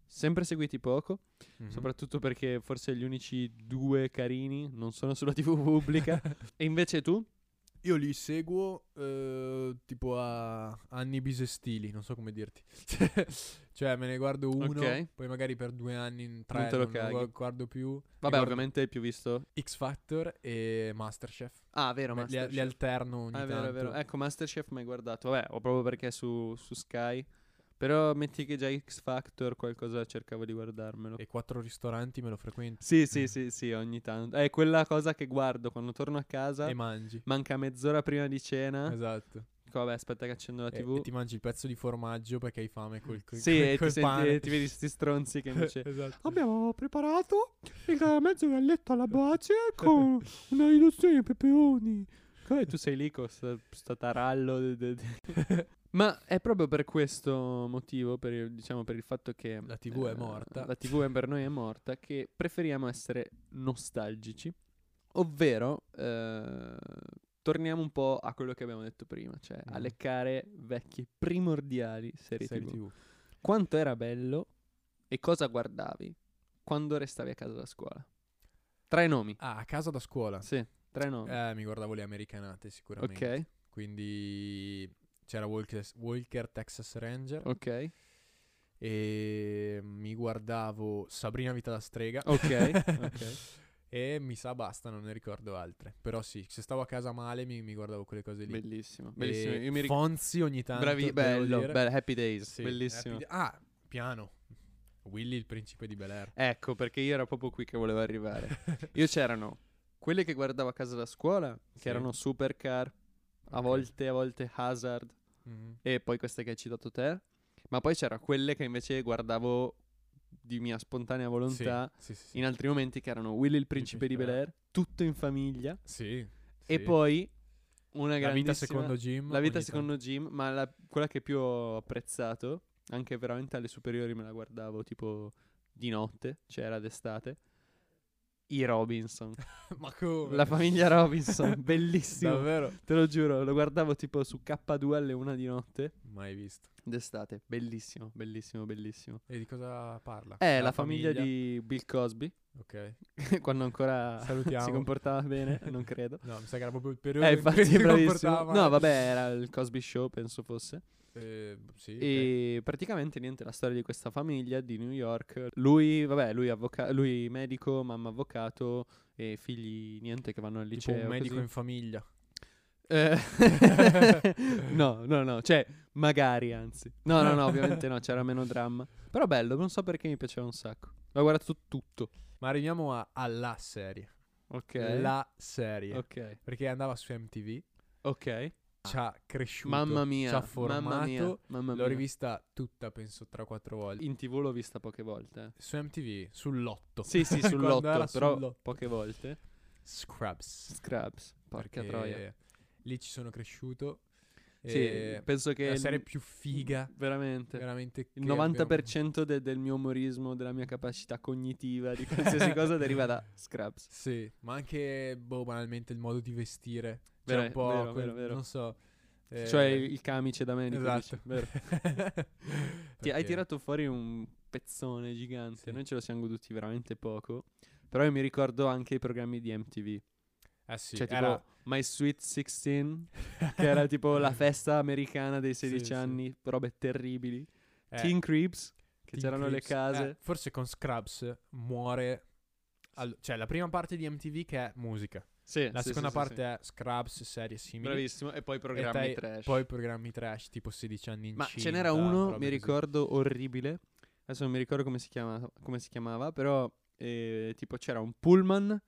Speaker 2: sempre seguiti poco.
Speaker 1: Mhm.
Speaker 2: Soprattutto perché forse gli unici due carini non sono sulla TV pubblica. e invece tu?
Speaker 1: *laughs* Io li seguo eh, tipo a anni bisestili, non so come dirti. *laughs* cioè, me ne guardo uno,
Speaker 2: Ok.
Speaker 1: poi magari per due anni, tre,
Speaker 2: te lo
Speaker 1: non lo
Speaker 2: caghi.
Speaker 1: gu- guardo più.
Speaker 2: Vabbè,
Speaker 1: guardo-
Speaker 2: ovviamente hai più visto.
Speaker 1: X Factor e Masterchef.
Speaker 2: Ah, vero,
Speaker 1: Beh, li,
Speaker 2: Masterchef.
Speaker 1: li alterno ogni
Speaker 2: Ah, è vero, è
Speaker 1: tanto.
Speaker 2: vero. Ecco, Masterchef mi hai guardato. Vabbè, o proprio perché è su, su Sky. Però metti che già X Factor qualcosa cercavo di guardarmelo.
Speaker 1: E quattro ristoranti me lo frequento
Speaker 2: Sì, sì, sì, sì, ogni tanto. È quella cosa che guardo quando torno a casa.
Speaker 1: e mangi.
Speaker 2: Manca mezz'ora prima di cena.
Speaker 1: Esatto.
Speaker 2: Dico, Vabbè, aspetta che accendo Eh? la
Speaker 1: E,
Speaker 2: TV.
Speaker 1: e ti mangi il pezzo di formaggio perché hai fame col, col,
Speaker 2: sì, e
Speaker 1: col
Speaker 2: ti, senti-
Speaker 1: pane.
Speaker 2: e ti vedi sti stronzi che invece...
Speaker 1: *laughs* esatto.
Speaker 2: Abbiamo preparato il mezzo galletto alla brace con una riduzione di peperoni. E tu sei lì con sta, sta tarallo. de- de- de- *laughs* Ma è proprio per questo motivo, per il, diciamo per il fatto che... eh,
Speaker 1: La TV è morta.
Speaker 2: La TV è- per noi è morta, che preferiamo essere nostalgici. Ovvero, eh, torniamo un po' a quello che abbiamo detto prima, cioè a
Speaker 1: Mm.
Speaker 2: leccare vecchie primordiali serie,
Speaker 1: Serie
Speaker 2: TV.
Speaker 1: TV.
Speaker 2: Quanto era bello e cosa guardavi quando restavi a casa da scuola? Tre nomi.
Speaker 1: Ah, a casa da scuola.
Speaker 2: Sì, tre nomi.
Speaker 1: Eh, mi guardavo le americanate sicuramente.
Speaker 2: ok,
Speaker 1: Quindi c'era Walker, Walker Texas Ranger
Speaker 2: ok,
Speaker 1: e mi guardavo Sabrina Vita da strega. *laughs*
Speaker 2: ok, ok.
Speaker 1: E mi sa basta, non ne ricordo altre. Però sì, se stavo a casa male mi, mi guardavo quelle cose lì.
Speaker 2: Bellissimo, bellissimo.
Speaker 1: E
Speaker 2: Io mi ricordo...
Speaker 1: Fonzi ogni tanto.
Speaker 2: Bravi,
Speaker 1: devo
Speaker 2: bello,
Speaker 1: dire.
Speaker 2: bello, Happy Days,
Speaker 1: Sì,
Speaker 2: bellissimo.
Speaker 1: Happy Day- Ah, piano. Willy il principe di Bel Air.
Speaker 2: Ecco, perché io era proprio qui che volevo arrivare. *laughs* Io c'erano quelle che guardavo a casa da scuola, che
Speaker 1: Sì.
Speaker 2: erano Supercar, a
Speaker 1: Ok.
Speaker 2: volte, a volte Hazard,
Speaker 1: Mhm.
Speaker 2: e poi queste che hai citato te. Ma poi c'era quelle che invece guardavo di mia spontanea
Speaker 1: Sì,
Speaker 2: volontà.
Speaker 1: sì, sì, sì.
Speaker 2: in altri momenti che erano Willy il principe di
Speaker 1: principe
Speaker 2: Bel Air, tutto in famiglia
Speaker 1: Sì,
Speaker 2: e
Speaker 1: sì.
Speaker 2: poi una
Speaker 1: La
Speaker 2: grandissima
Speaker 1: vita secondo Jim.
Speaker 2: La vita
Speaker 1: ogni
Speaker 2: secondo Jim, ma la- quella che più ho apprezzato, anche veramente alle superiori me la guardavo tipo di notte, cioè era d'estate. I Robinson,
Speaker 1: tanto. *laughs* Ma come?
Speaker 2: la famiglia *laughs* Robinson, bellissimo,
Speaker 1: Davvero?
Speaker 2: te lo giuro, lo guardavo tipo su K2 alle una di notte
Speaker 1: Mai visto.
Speaker 2: d'estate, bellissimo, bellissimo, bellissimo.
Speaker 1: E di cosa parla?
Speaker 2: Eh, la, famiglia, di Bill Cosby, *laughs*
Speaker 1: Ok.
Speaker 2: quando ancora si
Speaker 1: Salutiamo.
Speaker 2: comportava bene, non credo.
Speaker 1: No, mi sa che era proprio il periodo
Speaker 2: Eh,
Speaker 1: in cui
Speaker 2: infatti
Speaker 1: si
Speaker 2: è bravissimo.
Speaker 1: comportava.
Speaker 2: No, vabbè, era il Cosby Show, penso fosse.
Speaker 1: Eh, sì, ok.
Speaker 2: E praticamente niente, la storia di questa famiglia di New York. Lui, vabbè, lui, avvoca- lui medico, mamma avvocato e figli niente che vanno al
Speaker 1: Tipo
Speaker 2: liceo. *laughs*
Speaker 1: un medico
Speaker 2: così.
Speaker 1: in famiglia.
Speaker 2: Eh,
Speaker 1: *laughs*
Speaker 2: no, no, no, cioè, magari anzi. No, no, no, ovviamente no, c'era meno dramma. Però bello, non so perché mi piaceva un sacco. L'ho guardato tutto.
Speaker 1: Ma arriviamo a- alla serie.
Speaker 2: Ok.
Speaker 1: La serie.
Speaker 2: Ok.
Speaker 1: Perché andava su MTV,
Speaker 2: Ok.
Speaker 1: ci ha cresciuto,
Speaker 2: Mamma mia.
Speaker 1: ci ha formato.
Speaker 2: Mamma mia. Mamma
Speaker 1: L'ho
Speaker 2: mia.
Speaker 1: rivista tutta, penso, tra quattro volte.
Speaker 2: In TV l'ho vista poche volte. eh.
Speaker 1: Su MTV, sull'otto.
Speaker 2: Sì, sì,
Speaker 1: *laughs* Quando
Speaker 2: sull'otto,
Speaker 1: era
Speaker 2: però
Speaker 1: sull'otto.
Speaker 2: poche volte.
Speaker 1: Scrubs.
Speaker 2: Scraps, porca
Speaker 1: perché
Speaker 2: troia.
Speaker 1: Lì ci sono cresciuto.
Speaker 2: Sì,
Speaker 1: e
Speaker 2: penso che
Speaker 1: la
Speaker 2: il-
Speaker 1: serie più figa,
Speaker 2: veramente.
Speaker 1: veramente. che
Speaker 2: Il
Speaker 1: abbiamo- *laughs*
Speaker 2: 90% de- del mio umorismo, della mia capacità cognitiva, di qualsiasi cosa
Speaker 1: *laughs*
Speaker 2: deriva da Scraps.
Speaker 1: Sì, ma anche, boh, banalmente il modo di vestire. C'è
Speaker 2: Vero,
Speaker 1: un po'
Speaker 2: vero,
Speaker 1: quel-
Speaker 2: vero, vero.
Speaker 1: non so. eh,
Speaker 2: Cioè il il camice da me.
Speaker 1: Esatto. *laughs*
Speaker 2: Ti, hai
Speaker 1: Perché-
Speaker 2: tirato fuori un pezzone gigante.
Speaker 1: Sì.
Speaker 2: Noi ce lo siamo goduti veramente poco. Però io mi ricordo anche i programmi di MTV.
Speaker 1: Eh sì,
Speaker 2: cioè, tipo
Speaker 1: era- Eh,
Speaker 2: My Sweet 16, che era tipo
Speaker 1: *laughs*
Speaker 2: la festa americana dei
Speaker 1: Sì,
Speaker 2: 16
Speaker 1: sì.
Speaker 2: anni, robe terribili.
Speaker 1: eh,
Speaker 2: Teen Creeps, che
Speaker 1: Teen
Speaker 2: c'erano
Speaker 1: Creeps.
Speaker 2: le case.
Speaker 1: Eh, forse con Scrubs muore. all- cioè, la prima parte di MTV che è musica.
Speaker 2: Sì,
Speaker 1: La
Speaker 2: sì,
Speaker 1: seconda
Speaker 2: sì, sì,
Speaker 1: parte
Speaker 2: sì.
Speaker 1: è Scrubs, serie simili.
Speaker 2: Bravissimo, e poi
Speaker 1: E
Speaker 2: programmi
Speaker 1: dai-
Speaker 2: trash.
Speaker 1: Poi programmi trash, tipo 16 anni in
Speaker 2: Ma ce
Speaker 1: Cina,
Speaker 2: n'era uno,
Speaker 1: robe
Speaker 2: mi
Speaker 1: così.
Speaker 2: ricordo, orribile. Adesso non mi ricordo come si, chiama, come si chiamava, però eh, tipo c'era un pullman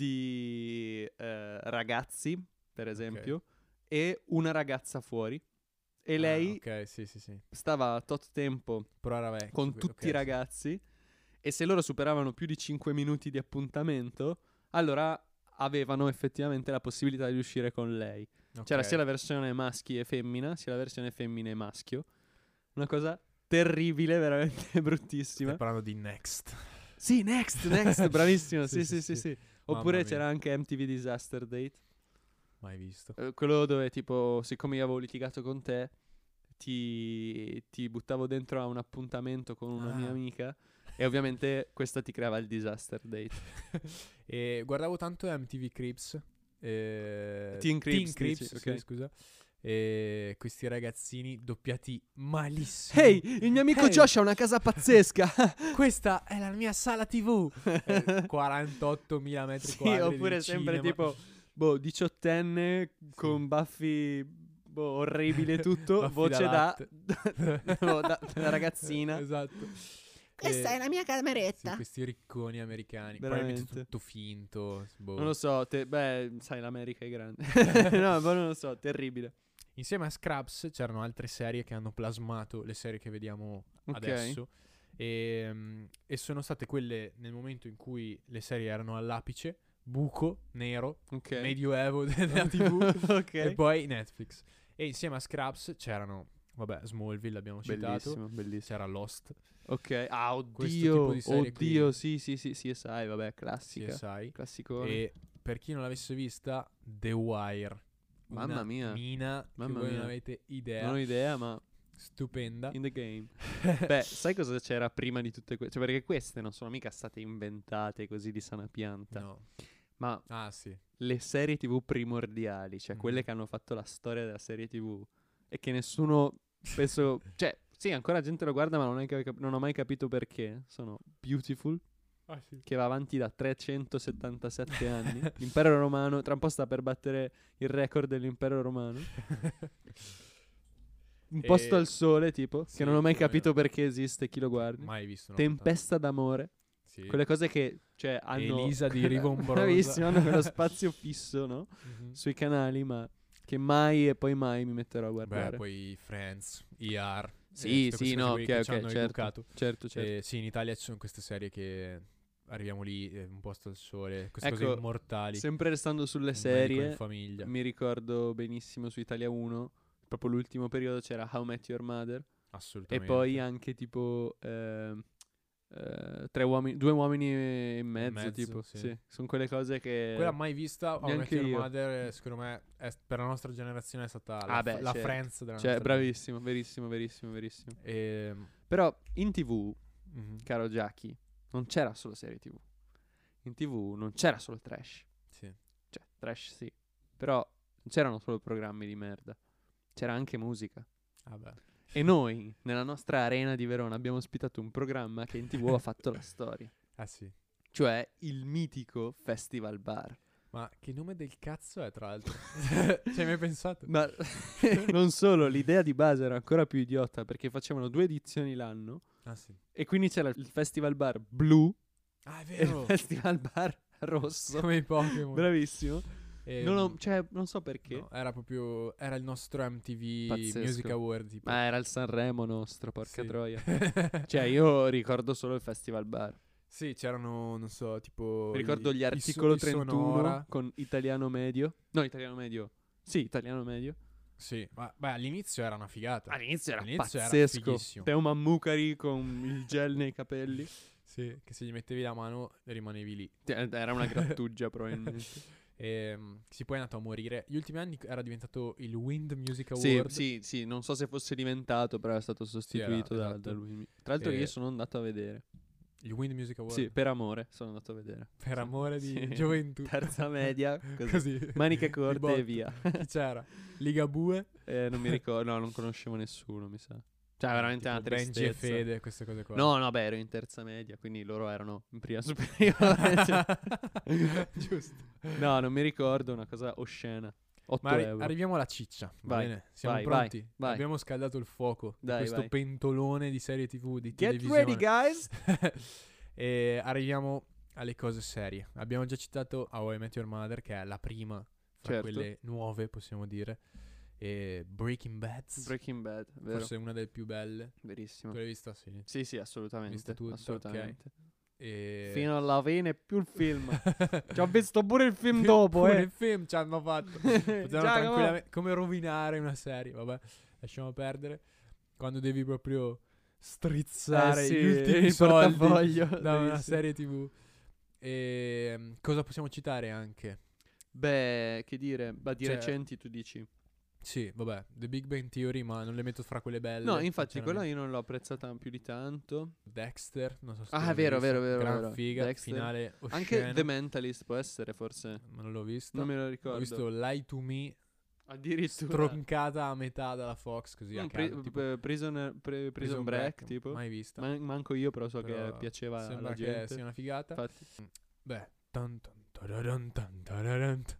Speaker 2: di eh, ragazzi, per esempio, e una ragazza fuori. E
Speaker 1: Ah,
Speaker 2: lei
Speaker 1: ok, sì, sì, sì.
Speaker 2: stava a tot tempo
Speaker 1: Però era vecchio.
Speaker 2: con
Speaker 1: que-
Speaker 2: tutti
Speaker 1: ok, sì.
Speaker 2: i ragazzi e se loro superavano più di 5 minuti di appuntamento, allora avevano effettivamente la possibilità di uscire con lei.
Speaker 1: Ok.
Speaker 2: C'era sia la versione maschi e femmina, sia la versione femmina e maschio. Una cosa terribile, veramente *laughs* bruttissima.
Speaker 1: Stai parlando di Next.
Speaker 2: Sì, next, *laughs* next, bravissimo. sì, sì,
Speaker 1: Sì, sì,
Speaker 2: sì,
Speaker 1: sì.
Speaker 2: sì.
Speaker 1: Mamma
Speaker 2: Oppure
Speaker 1: mia.
Speaker 2: c'era anche MTV Disaster Date.
Speaker 1: Mai visto.
Speaker 2: Eh, quello dove tipo, siccome io avevo litigato con te, ti, ti buttavo dentro a un appuntamento con una mia
Speaker 1: Ah.
Speaker 2: amica e ovviamente questa ti creava il disaster date.
Speaker 1: E guardavo tanto MTV Crips. eh,
Speaker 2: Teen Creeps, dici,
Speaker 1: Creeps, sì,
Speaker 2: ok.
Speaker 1: scusa. E questi ragazzini doppiati malissimo.
Speaker 2: Ehi, il mio amico
Speaker 1: Ehi.
Speaker 2: Josh ha una casa pazzesca! *laughs*
Speaker 1: Questa è la mia sala TV. Eh, 48.000 metri
Speaker 2: sì,
Speaker 1: quadri. di
Speaker 2: oppure sempre
Speaker 1: cinema.
Speaker 2: tipo, boh, diciottenne con baffi, boh,
Speaker 1: *laughs*
Speaker 2: orribile tutto,
Speaker 1: Baffi
Speaker 2: voce da,
Speaker 1: da
Speaker 2: *laughs* no, da- da ragazzina.
Speaker 1: *laughs* Esatto.
Speaker 4: Questa
Speaker 1: Eh,
Speaker 4: è la mia
Speaker 1: sì,
Speaker 4: cameretta.
Speaker 1: questi ricconi americani.
Speaker 2: Veramente.
Speaker 1: Probabilmente tutto finto. boh.
Speaker 2: Non lo so, te- beh, sai, l'America è
Speaker 1: *laughs*
Speaker 2: grande. no, ma non lo so, terribile.
Speaker 1: Insieme a Scraps c'erano altre serie che hanno plasmato le serie che vediamo
Speaker 2: Ok.
Speaker 1: adesso. E, mm, e sono state quelle nel momento in cui le serie erano all'apice, buco nero,
Speaker 2: Ok.
Speaker 1: medioevo della TV
Speaker 2: *laughs* ok.
Speaker 1: e boh, poi Netflix. E insieme a Scraps c'erano, vabbè, Smallville abbiamo citato,
Speaker 2: Bellissimo, bellissimo.
Speaker 1: c'era Lost,
Speaker 2: Ok. Ah,
Speaker 1: Questo
Speaker 2: oddio.
Speaker 1: tipo di serie qui.
Speaker 2: oddio, sì, sì, sì, CSI, vabbè, classica.
Speaker 1: CSI.
Speaker 2: Classicone.
Speaker 1: E per chi non l'avesse vista, The Wire. Una
Speaker 2: Mamma mia.
Speaker 1: Mina,
Speaker 2: Mamma
Speaker 1: che voi
Speaker 2: mia.
Speaker 1: non avete idea.
Speaker 2: Non ho idea, ma
Speaker 1: Stupenda.
Speaker 2: in the game.
Speaker 1: *laughs*
Speaker 2: Beh, sai cosa c'era prima di tutte queste? Cioè, perché queste non sono mica state inventate così di sana pianta,
Speaker 1: No.
Speaker 2: ma
Speaker 1: Ah, sì.
Speaker 2: le serie TV primordiali, cioè
Speaker 1: Mhm.
Speaker 2: quelle che hanno fatto la storia della serie TV e che nessuno penso, cioè, sì, ancora gente lo guarda, ma non, è che- non ho mai capito perché. Sono Beautiful
Speaker 1: *laughs* Ah, sì.
Speaker 2: che va avanti da 377
Speaker 1: *laughs*
Speaker 2: anni. L'impero romano, tra un po' sta per battere il record dell'impero romano. Un
Speaker 1: E-
Speaker 2: posto al sole, tipo, che
Speaker 1: sì, eh. Cioè,
Speaker 2: non ho mai
Speaker 1: più o
Speaker 2: capito
Speaker 1: meno.
Speaker 2: perché esiste, chi lo guardi.
Speaker 1: *laughs* Mai visto. no,
Speaker 2: Tempesta d'amore,
Speaker 1: tanto. Sì.
Speaker 2: quelle cose che, cioè, hanno...
Speaker 1: Elisa
Speaker 2: *laughs*
Speaker 1: di Rivombrosa.
Speaker 2: Bravissimo, hanno quello spazio fisso, no?
Speaker 1: Mhm.
Speaker 2: Sui canali, ma che mai e poi mai mi metterò a guardare.
Speaker 1: Beh, poi Friends, ER.
Speaker 2: Sì,
Speaker 1: eh, tutte
Speaker 2: sì,
Speaker 1: queste
Speaker 2: no,
Speaker 1: cose qui
Speaker 2: ok,
Speaker 1: che
Speaker 2: ok,
Speaker 1: ci hanno
Speaker 2: certo.
Speaker 1: educato.
Speaker 2: Certo, certo.
Speaker 1: Eh, sì, in Italia ci sono queste serie che arriviamo lì, eh, un posto al sole, queste
Speaker 2: Ecco,
Speaker 1: cose immortali.
Speaker 2: Sempre restando sulle
Speaker 1: un medico
Speaker 2: serie,
Speaker 1: In famiglia.
Speaker 2: Mi ricordo benissimo su Italia 1, proprio l'ultimo periodo c'era How I Met Your Mother e
Speaker 1: Assolutamente.
Speaker 2: poi anche tipo ehm, eh, tre uomini, due uomini e mezzo,
Speaker 1: mezzo,
Speaker 2: tipo, sì.
Speaker 1: sì.
Speaker 2: sono quelle cose che...
Speaker 1: Quella mai vista, How I Met
Speaker 2: eh, neanche
Speaker 1: Your
Speaker 2: io.
Speaker 1: Mother, eh, secondo me, è- per la nostra generazione è stata la,
Speaker 2: Ah,
Speaker 1: f-
Speaker 2: beh,
Speaker 1: la
Speaker 2: certo.
Speaker 1: Friends della
Speaker 2: Cioè,
Speaker 1: nostra
Speaker 2: bravissimo, verissimo, verissimo, verissimo.
Speaker 1: generazione. Ehm,
Speaker 2: Però in tv,
Speaker 1: mhm,
Speaker 2: caro Jackie, non c'era solo serie tv. In tv non c'era solo trash.
Speaker 1: sì.
Speaker 2: Cioè, trash sì. Però non c'erano solo programmi di merda. C'era anche musica.
Speaker 1: Vabbè.
Speaker 2: *laughs* E noi, nella nostra arena di Verona, abbiamo ospitato un programma che in tv ha fatto la storia.
Speaker 1: Ah, sì.
Speaker 2: Cioè il mitico Festival Bar.
Speaker 1: Ma che nome del cazzo è, tra l'altro? *laughs* Ci hai mai pensato?
Speaker 2: *laughs* Ma non solo, l'idea di base era ancora più idiota perché facevano due edizioni l'anno
Speaker 1: Ah, sì.
Speaker 2: e quindi c'era il festival bar blu *laughs*
Speaker 1: Ah, è
Speaker 2: e il
Speaker 1: vero.
Speaker 2: festival bar rosso.
Speaker 1: Come i Pokémon.
Speaker 2: Bravissimo.
Speaker 1: Ehm,
Speaker 2: Non, ho- cioè, non so perché.
Speaker 1: no, era proprio. Era il nostro MTV
Speaker 2: Pazzesco.
Speaker 1: Music Award. Tipo.
Speaker 2: Ma era il Sanremo nostro, porca
Speaker 1: Sì.
Speaker 2: troia. Cioè, io ricordo solo il festival bar.
Speaker 1: *laughs* Sì, c'erano, non so, tipo.
Speaker 2: Ricordo
Speaker 1: i-
Speaker 2: gli
Speaker 1: i
Speaker 2: articolo
Speaker 1: so- i
Speaker 2: 31
Speaker 1: Sonora.
Speaker 2: con italiano medio. No, italiano medio. Sì, italiano medio.
Speaker 1: Sì, ma beh, all'inizio era una
Speaker 2: Ah,
Speaker 1: figata.
Speaker 3: All'inizio era
Speaker 1: All'inizio era
Speaker 2: Pazzesco.
Speaker 1: fighissimo.
Speaker 2: Teo Mammucari con il gel nei capelli.
Speaker 1: Sì, che se gli mettevi la mano rimanevi lì.
Speaker 2: Te- Cioè, Era *laughs* una grattugia probabilmente.
Speaker 1: Ehm, si poi è andato a morire. Gli ultimi anni era diventato il Wind Music
Speaker 2: sì,
Speaker 1: Award.
Speaker 2: sì, sì, non so se fosse diventato, però era stato sostituito da,
Speaker 1: esatto.
Speaker 2: da lui. Tra l'altro
Speaker 1: Eh,
Speaker 2: io sono andato a vedere.
Speaker 1: Il Wind Music Award.
Speaker 2: Sì, per amore sono andato a vedere.
Speaker 1: Per amore di
Speaker 2: Sì. *laughs*
Speaker 1: gioventù. *laughs*
Speaker 2: Terza media, così.
Speaker 1: Così.
Speaker 2: Maniche
Speaker 1: *laughs* Di
Speaker 2: corte
Speaker 1: botto.
Speaker 2: e via.
Speaker 1: Chi c'era? Ligabue.
Speaker 2: Eh, non mi ricordo, no, non conoscevo nessuno, mi sa. Cioè, veramente
Speaker 1: Tipo
Speaker 2: una
Speaker 1: Benji e
Speaker 2: tristezza.
Speaker 1: Fede, queste cose qua.
Speaker 2: *laughs* No, no, beh, ero in terza media, quindi loro erano in prima *laughs*
Speaker 1: *laughs*
Speaker 2: superiore. cioè.
Speaker 1: Giusto.
Speaker 2: No, non mi ricordo, una cosa oscena. 8
Speaker 1: Ma arri-
Speaker 2: euro.
Speaker 1: arriviamo alla ciccia. Va
Speaker 2: Vai,
Speaker 1: bene. Siamo
Speaker 2: vai,
Speaker 1: pronti.
Speaker 2: vai.
Speaker 1: Abbiamo scaldato il fuoco di
Speaker 2: Dai,
Speaker 1: questo
Speaker 2: vai.
Speaker 1: pentolone di serie TV di
Speaker 2: Get
Speaker 1: televisione.
Speaker 2: ready,
Speaker 1: *laughs*
Speaker 2: guys!
Speaker 1: e arriviamo alle cose serie. Abbiamo già citato How I Met Your Mother, che è la prima fra
Speaker 2: Certo.
Speaker 1: quelle nuove, possiamo dire. E Breaking Bad,
Speaker 2: Breaking Bad, vero?
Speaker 1: forse una delle più belle.
Speaker 2: Verissimo.
Speaker 1: Tu l'hai vista? Sì.
Speaker 2: Sì, sì, assolutamente.
Speaker 1: Vista tutta, ok. Eh.
Speaker 2: assolutamente.
Speaker 1: E...
Speaker 2: Fino alla fine più il
Speaker 1: *laughs*
Speaker 2: film. Ci ho visto pure il film dopo,
Speaker 1: Pure
Speaker 2: eh.
Speaker 1: il film ci
Speaker 2: *laughs*
Speaker 1: hanno fatto. Potevano
Speaker 2: Giacomo.
Speaker 1: tranquillamente- come rovinare una serie, vabbè, lasciamo perdere. Quando devi proprio strizzare
Speaker 2: Eh sì,
Speaker 1: gli ultimi
Speaker 2: il
Speaker 1: soldi
Speaker 2: portafoglio,
Speaker 1: *laughs* da una
Speaker 2: sì, sì.
Speaker 1: serie TV. E mm, cosa possiamo citare anche?
Speaker 2: Beh, che dire, ma di
Speaker 1: Cioè- eh,
Speaker 2: recenti tu dici.
Speaker 1: Sì, vabbè, The Big Bang Theory, ma non le metto fra quelle belle.
Speaker 2: No, infatti quella
Speaker 1: sinceramente.
Speaker 2: io non l'ho apprezzata più di tanto.
Speaker 1: Dexter, non so se
Speaker 2: Ah,
Speaker 1: l'avete
Speaker 2: vero,
Speaker 1: vista,
Speaker 2: vero, vero,
Speaker 1: Gran
Speaker 2: vero.
Speaker 1: figa,
Speaker 2: Dexter.
Speaker 1: finale
Speaker 2: Anche
Speaker 1: osceno,
Speaker 2: The Mentalist può essere, forse.
Speaker 1: ma non l'ho vista.
Speaker 2: Non me lo
Speaker 1: Ho
Speaker 2: ricordo.
Speaker 1: visto Lie to Me
Speaker 2: Addirittura.
Speaker 1: troncata a metà dalla Fox, così a
Speaker 2: Mm,
Speaker 1: caso,
Speaker 2: pri-
Speaker 1: tipo
Speaker 2: eh, prisoner- pre- Prison, Break, tipo.
Speaker 1: Mai vista.
Speaker 2: Man- manco io, però so
Speaker 1: Però
Speaker 2: che piaceva
Speaker 1: Sembra
Speaker 2: alla
Speaker 1: che
Speaker 2: gente.
Speaker 1: sia una figata.
Speaker 2: Infatti.
Speaker 1: Beh, tan tan tararun tan tararun t-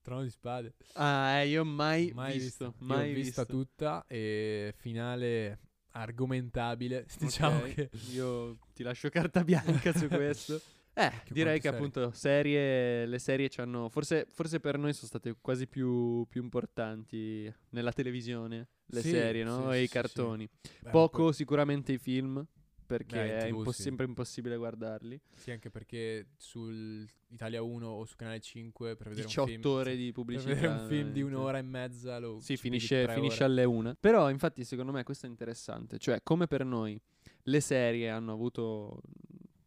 Speaker 1: Trono di spade.
Speaker 2: Ah, eh, io mai, visto.
Speaker 1: vista. Io
Speaker 2: Mai
Speaker 1: l'ho vista
Speaker 2: visto.
Speaker 1: tutta e finale argomentabile, *laughs* diciamo
Speaker 2: Ok,
Speaker 1: che
Speaker 2: Io ti lascio carta bianca
Speaker 1: *laughs*
Speaker 2: su questo. Eh, direi che
Speaker 1: quante serie?
Speaker 2: appunto serie, le serie ci hanno, forse, forse per noi sono state quasi più, più importanti nella televisione, le
Speaker 1: Sì,
Speaker 2: serie, no?
Speaker 1: sì,
Speaker 2: e
Speaker 1: sì,
Speaker 2: i
Speaker 1: sì.
Speaker 2: cartoni.
Speaker 1: Beh,
Speaker 2: Poco
Speaker 1: poi-
Speaker 2: sicuramente i film, perché
Speaker 1: Beh, in
Speaker 2: è
Speaker 1: TV,
Speaker 2: impos-
Speaker 1: sì.
Speaker 2: sempre impossibile guardarli.
Speaker 1: Sì, anche perché su Italia 1 o su Canale 5 per vedere
Speaker 2: 18
Speaker 1: un film
Speaker 2: ore
Speaker 1: sì,
Speaker 2: di
Speaker 1: per
Speaker 2: pubblicità.
Speaker 1: vedere un film
Speaker 2: veramente.
Speaker 1: di un'ora e mezza lo
Speaker 2: Sì,
Speaker 1: ci pigli
Speaker 2: finisce,
Speaker 1: tre
Speaker 2: finisce
Speaker 1: ore.
Speaker 2: alle una. Però, infatti, secondo me questo è interessante. Cioè, come per noi le serie hanno avuto.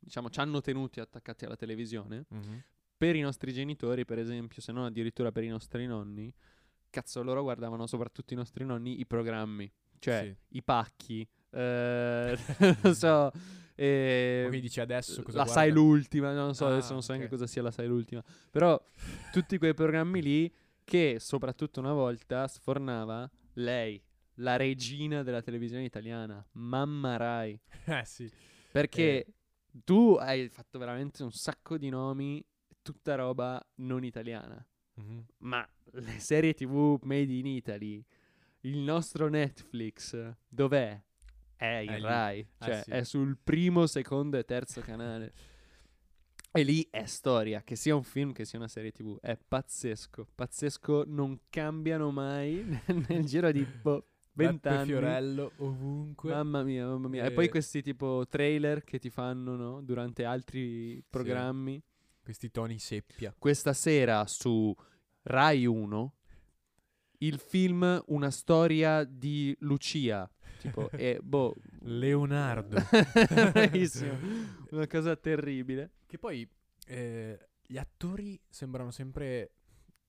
Speaker 2: Diciamo, ci hanno tenuti attaccati alla televisione.
Speaker 1: Mhm.
Speaker 2: Per i nostri genitori, per esempio, se non addirittura per i nostri nonni, cazzo, loro guardavano soprattutto i nostri nonni i programmi. Cioè,
Speaker 1: Sì.
Speaker 2: i pacchi. eh, *laughs*
Speaker 1: *laughs*
Speaker 2: non so. eh,
Speaker 1: Ma Quindi dici adesso cosa
Speaker 2: la
Speaker 1: guarda?
Speaker 2: sai l'ultima, no, non so,
Speaker 1: Ah,
Speaker 2: adesso non so neanche
Speaker 1: ok.
Speaker 2: cosa sia la sai l'ultima, però tutti quei programmi lì che soprattutto una volta sfornava lei, la regina della televisione italiana, mamma Rai,
Speaker 1: *laughs* Eh sì. Eh.
Speaker 2: perché tu hai fatto veramente un sacco di nomi, tutta roba non italiana,
Speaker 1: Mhm.
Speaker 2: ma le serie TV made in Italy, il nostro Netflix, dov'è? È il
Speaker 1: È lì.
Speaker 2: Rai,
Speaker 1: Ah,
Speaker 2: cioè
Speaker 1: sì.
Speaker 2: è sul primo, secondo e terzo canale. E lì è storia, che sia un film che sia una serie TV, è pazzesco, pazzesco, non cambiano mai *laughs* nel, nel giro di boh,
Speaker 1: Beppe
Speaker 2: 20 anni.
Speaker 1: Fiorello ovunque.
Speaker 2: Mamma mia, mamma mia. E poi
Speaker 1: Eh.
Speaker 2: questi tipo trailer che ti fanno, no? Durante altri programmi.
Speaker 1: Questi toni seppia.
Speaker 2: Questa sera su Rai 1 il film Una storia di Lucia.
Speaker 1: *laughs*
Speaker 2: Tipo, e boh.
Speaker 1: Leonardo.
Speaker 2: *laughs* Bravissimo. Una cosa terribile.
Speaker 1: Che poi eh, gli attori sembrano sempre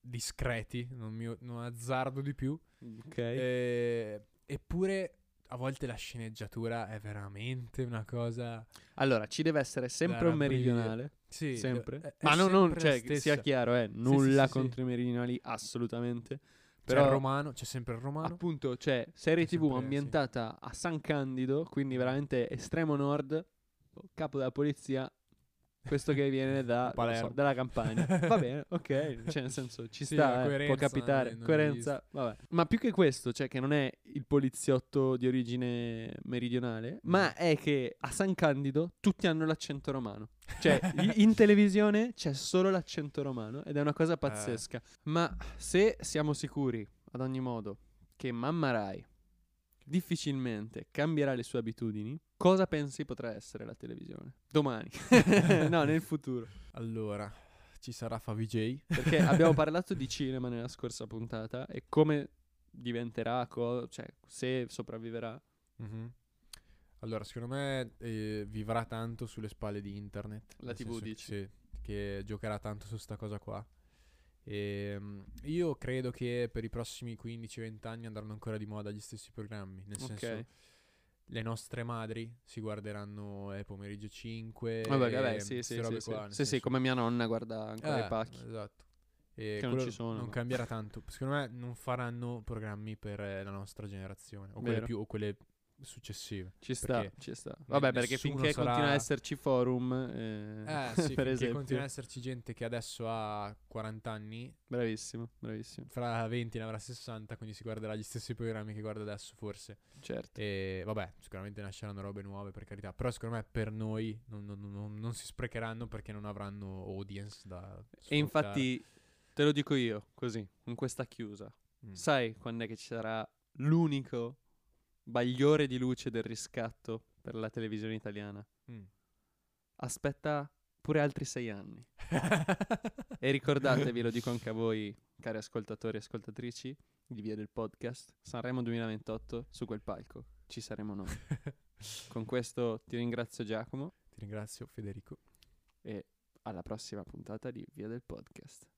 Speaker 1: discreti, non, mi, non azzardo di più.
Speaker 2: Ok.
Speaker 1: Eh, eppure a volte la sceneggiatura è veramente una cosa...
Speaker 2: allora, ci deve essere sempre
Speaker 1: da
Speaker 2: un meridionale.
Speaker 1: Sì,
Speaker 2: Sempre.
Speaker 1: è- è
Speaker 2: Ma no, non,
Speaker 1: sempre la
Speaker 2: cioè, che sia
Speaker 1: stessa.
Speaker 2: chiaro, eh, nulla
Speaker 1: sì, Cioè, sì.
Speaker 2: contro i meridionali, assolutamente.
Speaker 1: C'è
Speaker 2: Però,
Speaker 1: il romano, c'è sempre il romano.
Speaker 2: appunto, cioè, serie
Speaker 1: C'è
Speaker 2: tv
Speaker 1: sempre- sì. Mm.
Speaker 2: ambientata a San Candido, quindi veramente estremo nord, capo della polizia, questo che viene
Speaker 1: *laughs*
Speaker 2: da, non so,
Speaker 1: Palermo.
Speaker 2: dalla campagna. Va bene,
Speaker 1: *laughs*
Speaker 2: ok, cioè nel senso ci
Speaker 1: Sì,
Speaker 2: sta,
Speaker 1: la
Speaker 2: eh,
Speaker 1: coerenza,
Speaker 2: può capitare,
Speaker 1: eh, non è
Speaker 2: coerenza, vabbè. Ma più che questo, cioè che non è il poliziotto di origine meridionale,
Speaker 1: Mm.
Speaker 2: ma è che a San Candido tutti hanno l'accento romano.
Speaker 1: *laughs*
Speaker 2: Cioè i- in televisione c'è solo l'accento romano ed è una
Speaker 1: Eh.
Speaker 2: cosa pazzesca. Ma se siamo sicuri, ad ogni modo, che Mamma Rai difficilmente cambierà le sue abitudini, cosa pensi potrà essere la televisione?
Speaker 1: *laughs*
Speaker 2: Domani. no, nel futuro.
Speaker 1: Allora, ci sarà Favij.
Speaker 2: Perché abbiamo parlato di cinema nella scorsa puntata e come diventerà, co- cioè se sopravviverà.
Speaker 1: Mhm. Allora, secondo me eh, vivrà tanto sulle spalle di internet.
Speaker 2: La
Speaker 1: nel
Speaker 2: TV
Speaker 1: senso che-
Speaker 2: dici?
Speaker 1: sì, che giocherà tanto su sta cosa qua. Ehm, io credo che per i prossimi 15-20 anni andranno ancora di moda gli stessi programmi. Nel
Speaker 2: Ok.
Speaker 1: senso, le nostre madri si guarderanno eh, pomeriggio 5.
Speaker 2: Vabbè, vabbè,
Speaker 1: ehm,
Speaker 2: Eh, sì, sì,
Speaker 1: ste robe
Speaker 2: sì, sì.
Speaker 1: qua, nel
Speaker 2: Sì, sì,
Speaker 1: senso-
Speaker 2: come mia nonna guarda ancora
Speaker 1: Eh,
Speaker 2: i pacchi.
Speaker 1: Esatto. E
Speaker 2: Che non
Speaker 1: quello
Speaker 2: ci sono,
Speaker 1: Non
Speaker 2: ma-
Speaker 1: cambierà tanto. Secondo me non faranno programmi per eh, la nostra generazione. O quelle,
Speaker 2: Vero.
Speaker 1: più, o quelle successive.
Speaker 2: Ci *laughs* sta,
Speaker 1: perché
Speaker 2: ci sta. Vabbè, perché
Speaker 1: nessuno
Speaker 2: finché
Speaker 1: sarà-
Speaker 2: continua ad esserci forum, eh, *laughs*
Speaker 1: Eh sì,
Speaker 2: per
Speaker 1: perché
Speaker 2: esempio.
Speaker 1: continua ad esserci gente che adesso ha 40 anni,
Speaker 2: Bravissimo, bravissimo.
Speaker 1: fra 20 ne avrà 60, quindi si guarderà gli stessi programmi che guarda adesso forse.
Speaker 2: Certo.
Speaker 1: E vabbè, sicuramente nasceranno robe nuove per carità, però secondo me per noi non, non- non- non si sprecheranno perché non avranno audience da...
Speaker 2: E infatti te lo dico io, così, con questa chiusa.
Speaker 1: Mm.
Speaker 2: Sai quando è che ci sarà l'unico bagliore di luce del riscatto per la televisione italiana?
Speaker 1: Mm.
Speaker 2: Aspetta pure altri sei anni.
Speaker 1: ascoltare.
Speaker 2: *laughs* E
Speaker 1: *laughs*
Speaker 2: ricordatevi, lo dico anche a voi, cari ascoltatori e ascoltatrici, di via del podcast, Sanremo 2028, su quel palco ci saremo noi. Con questo ti ringrazio Giacomo
Speaker 1: Ti ringrazio Federico.
Speaker 2: e alla prossima puntata di Via del Podcast.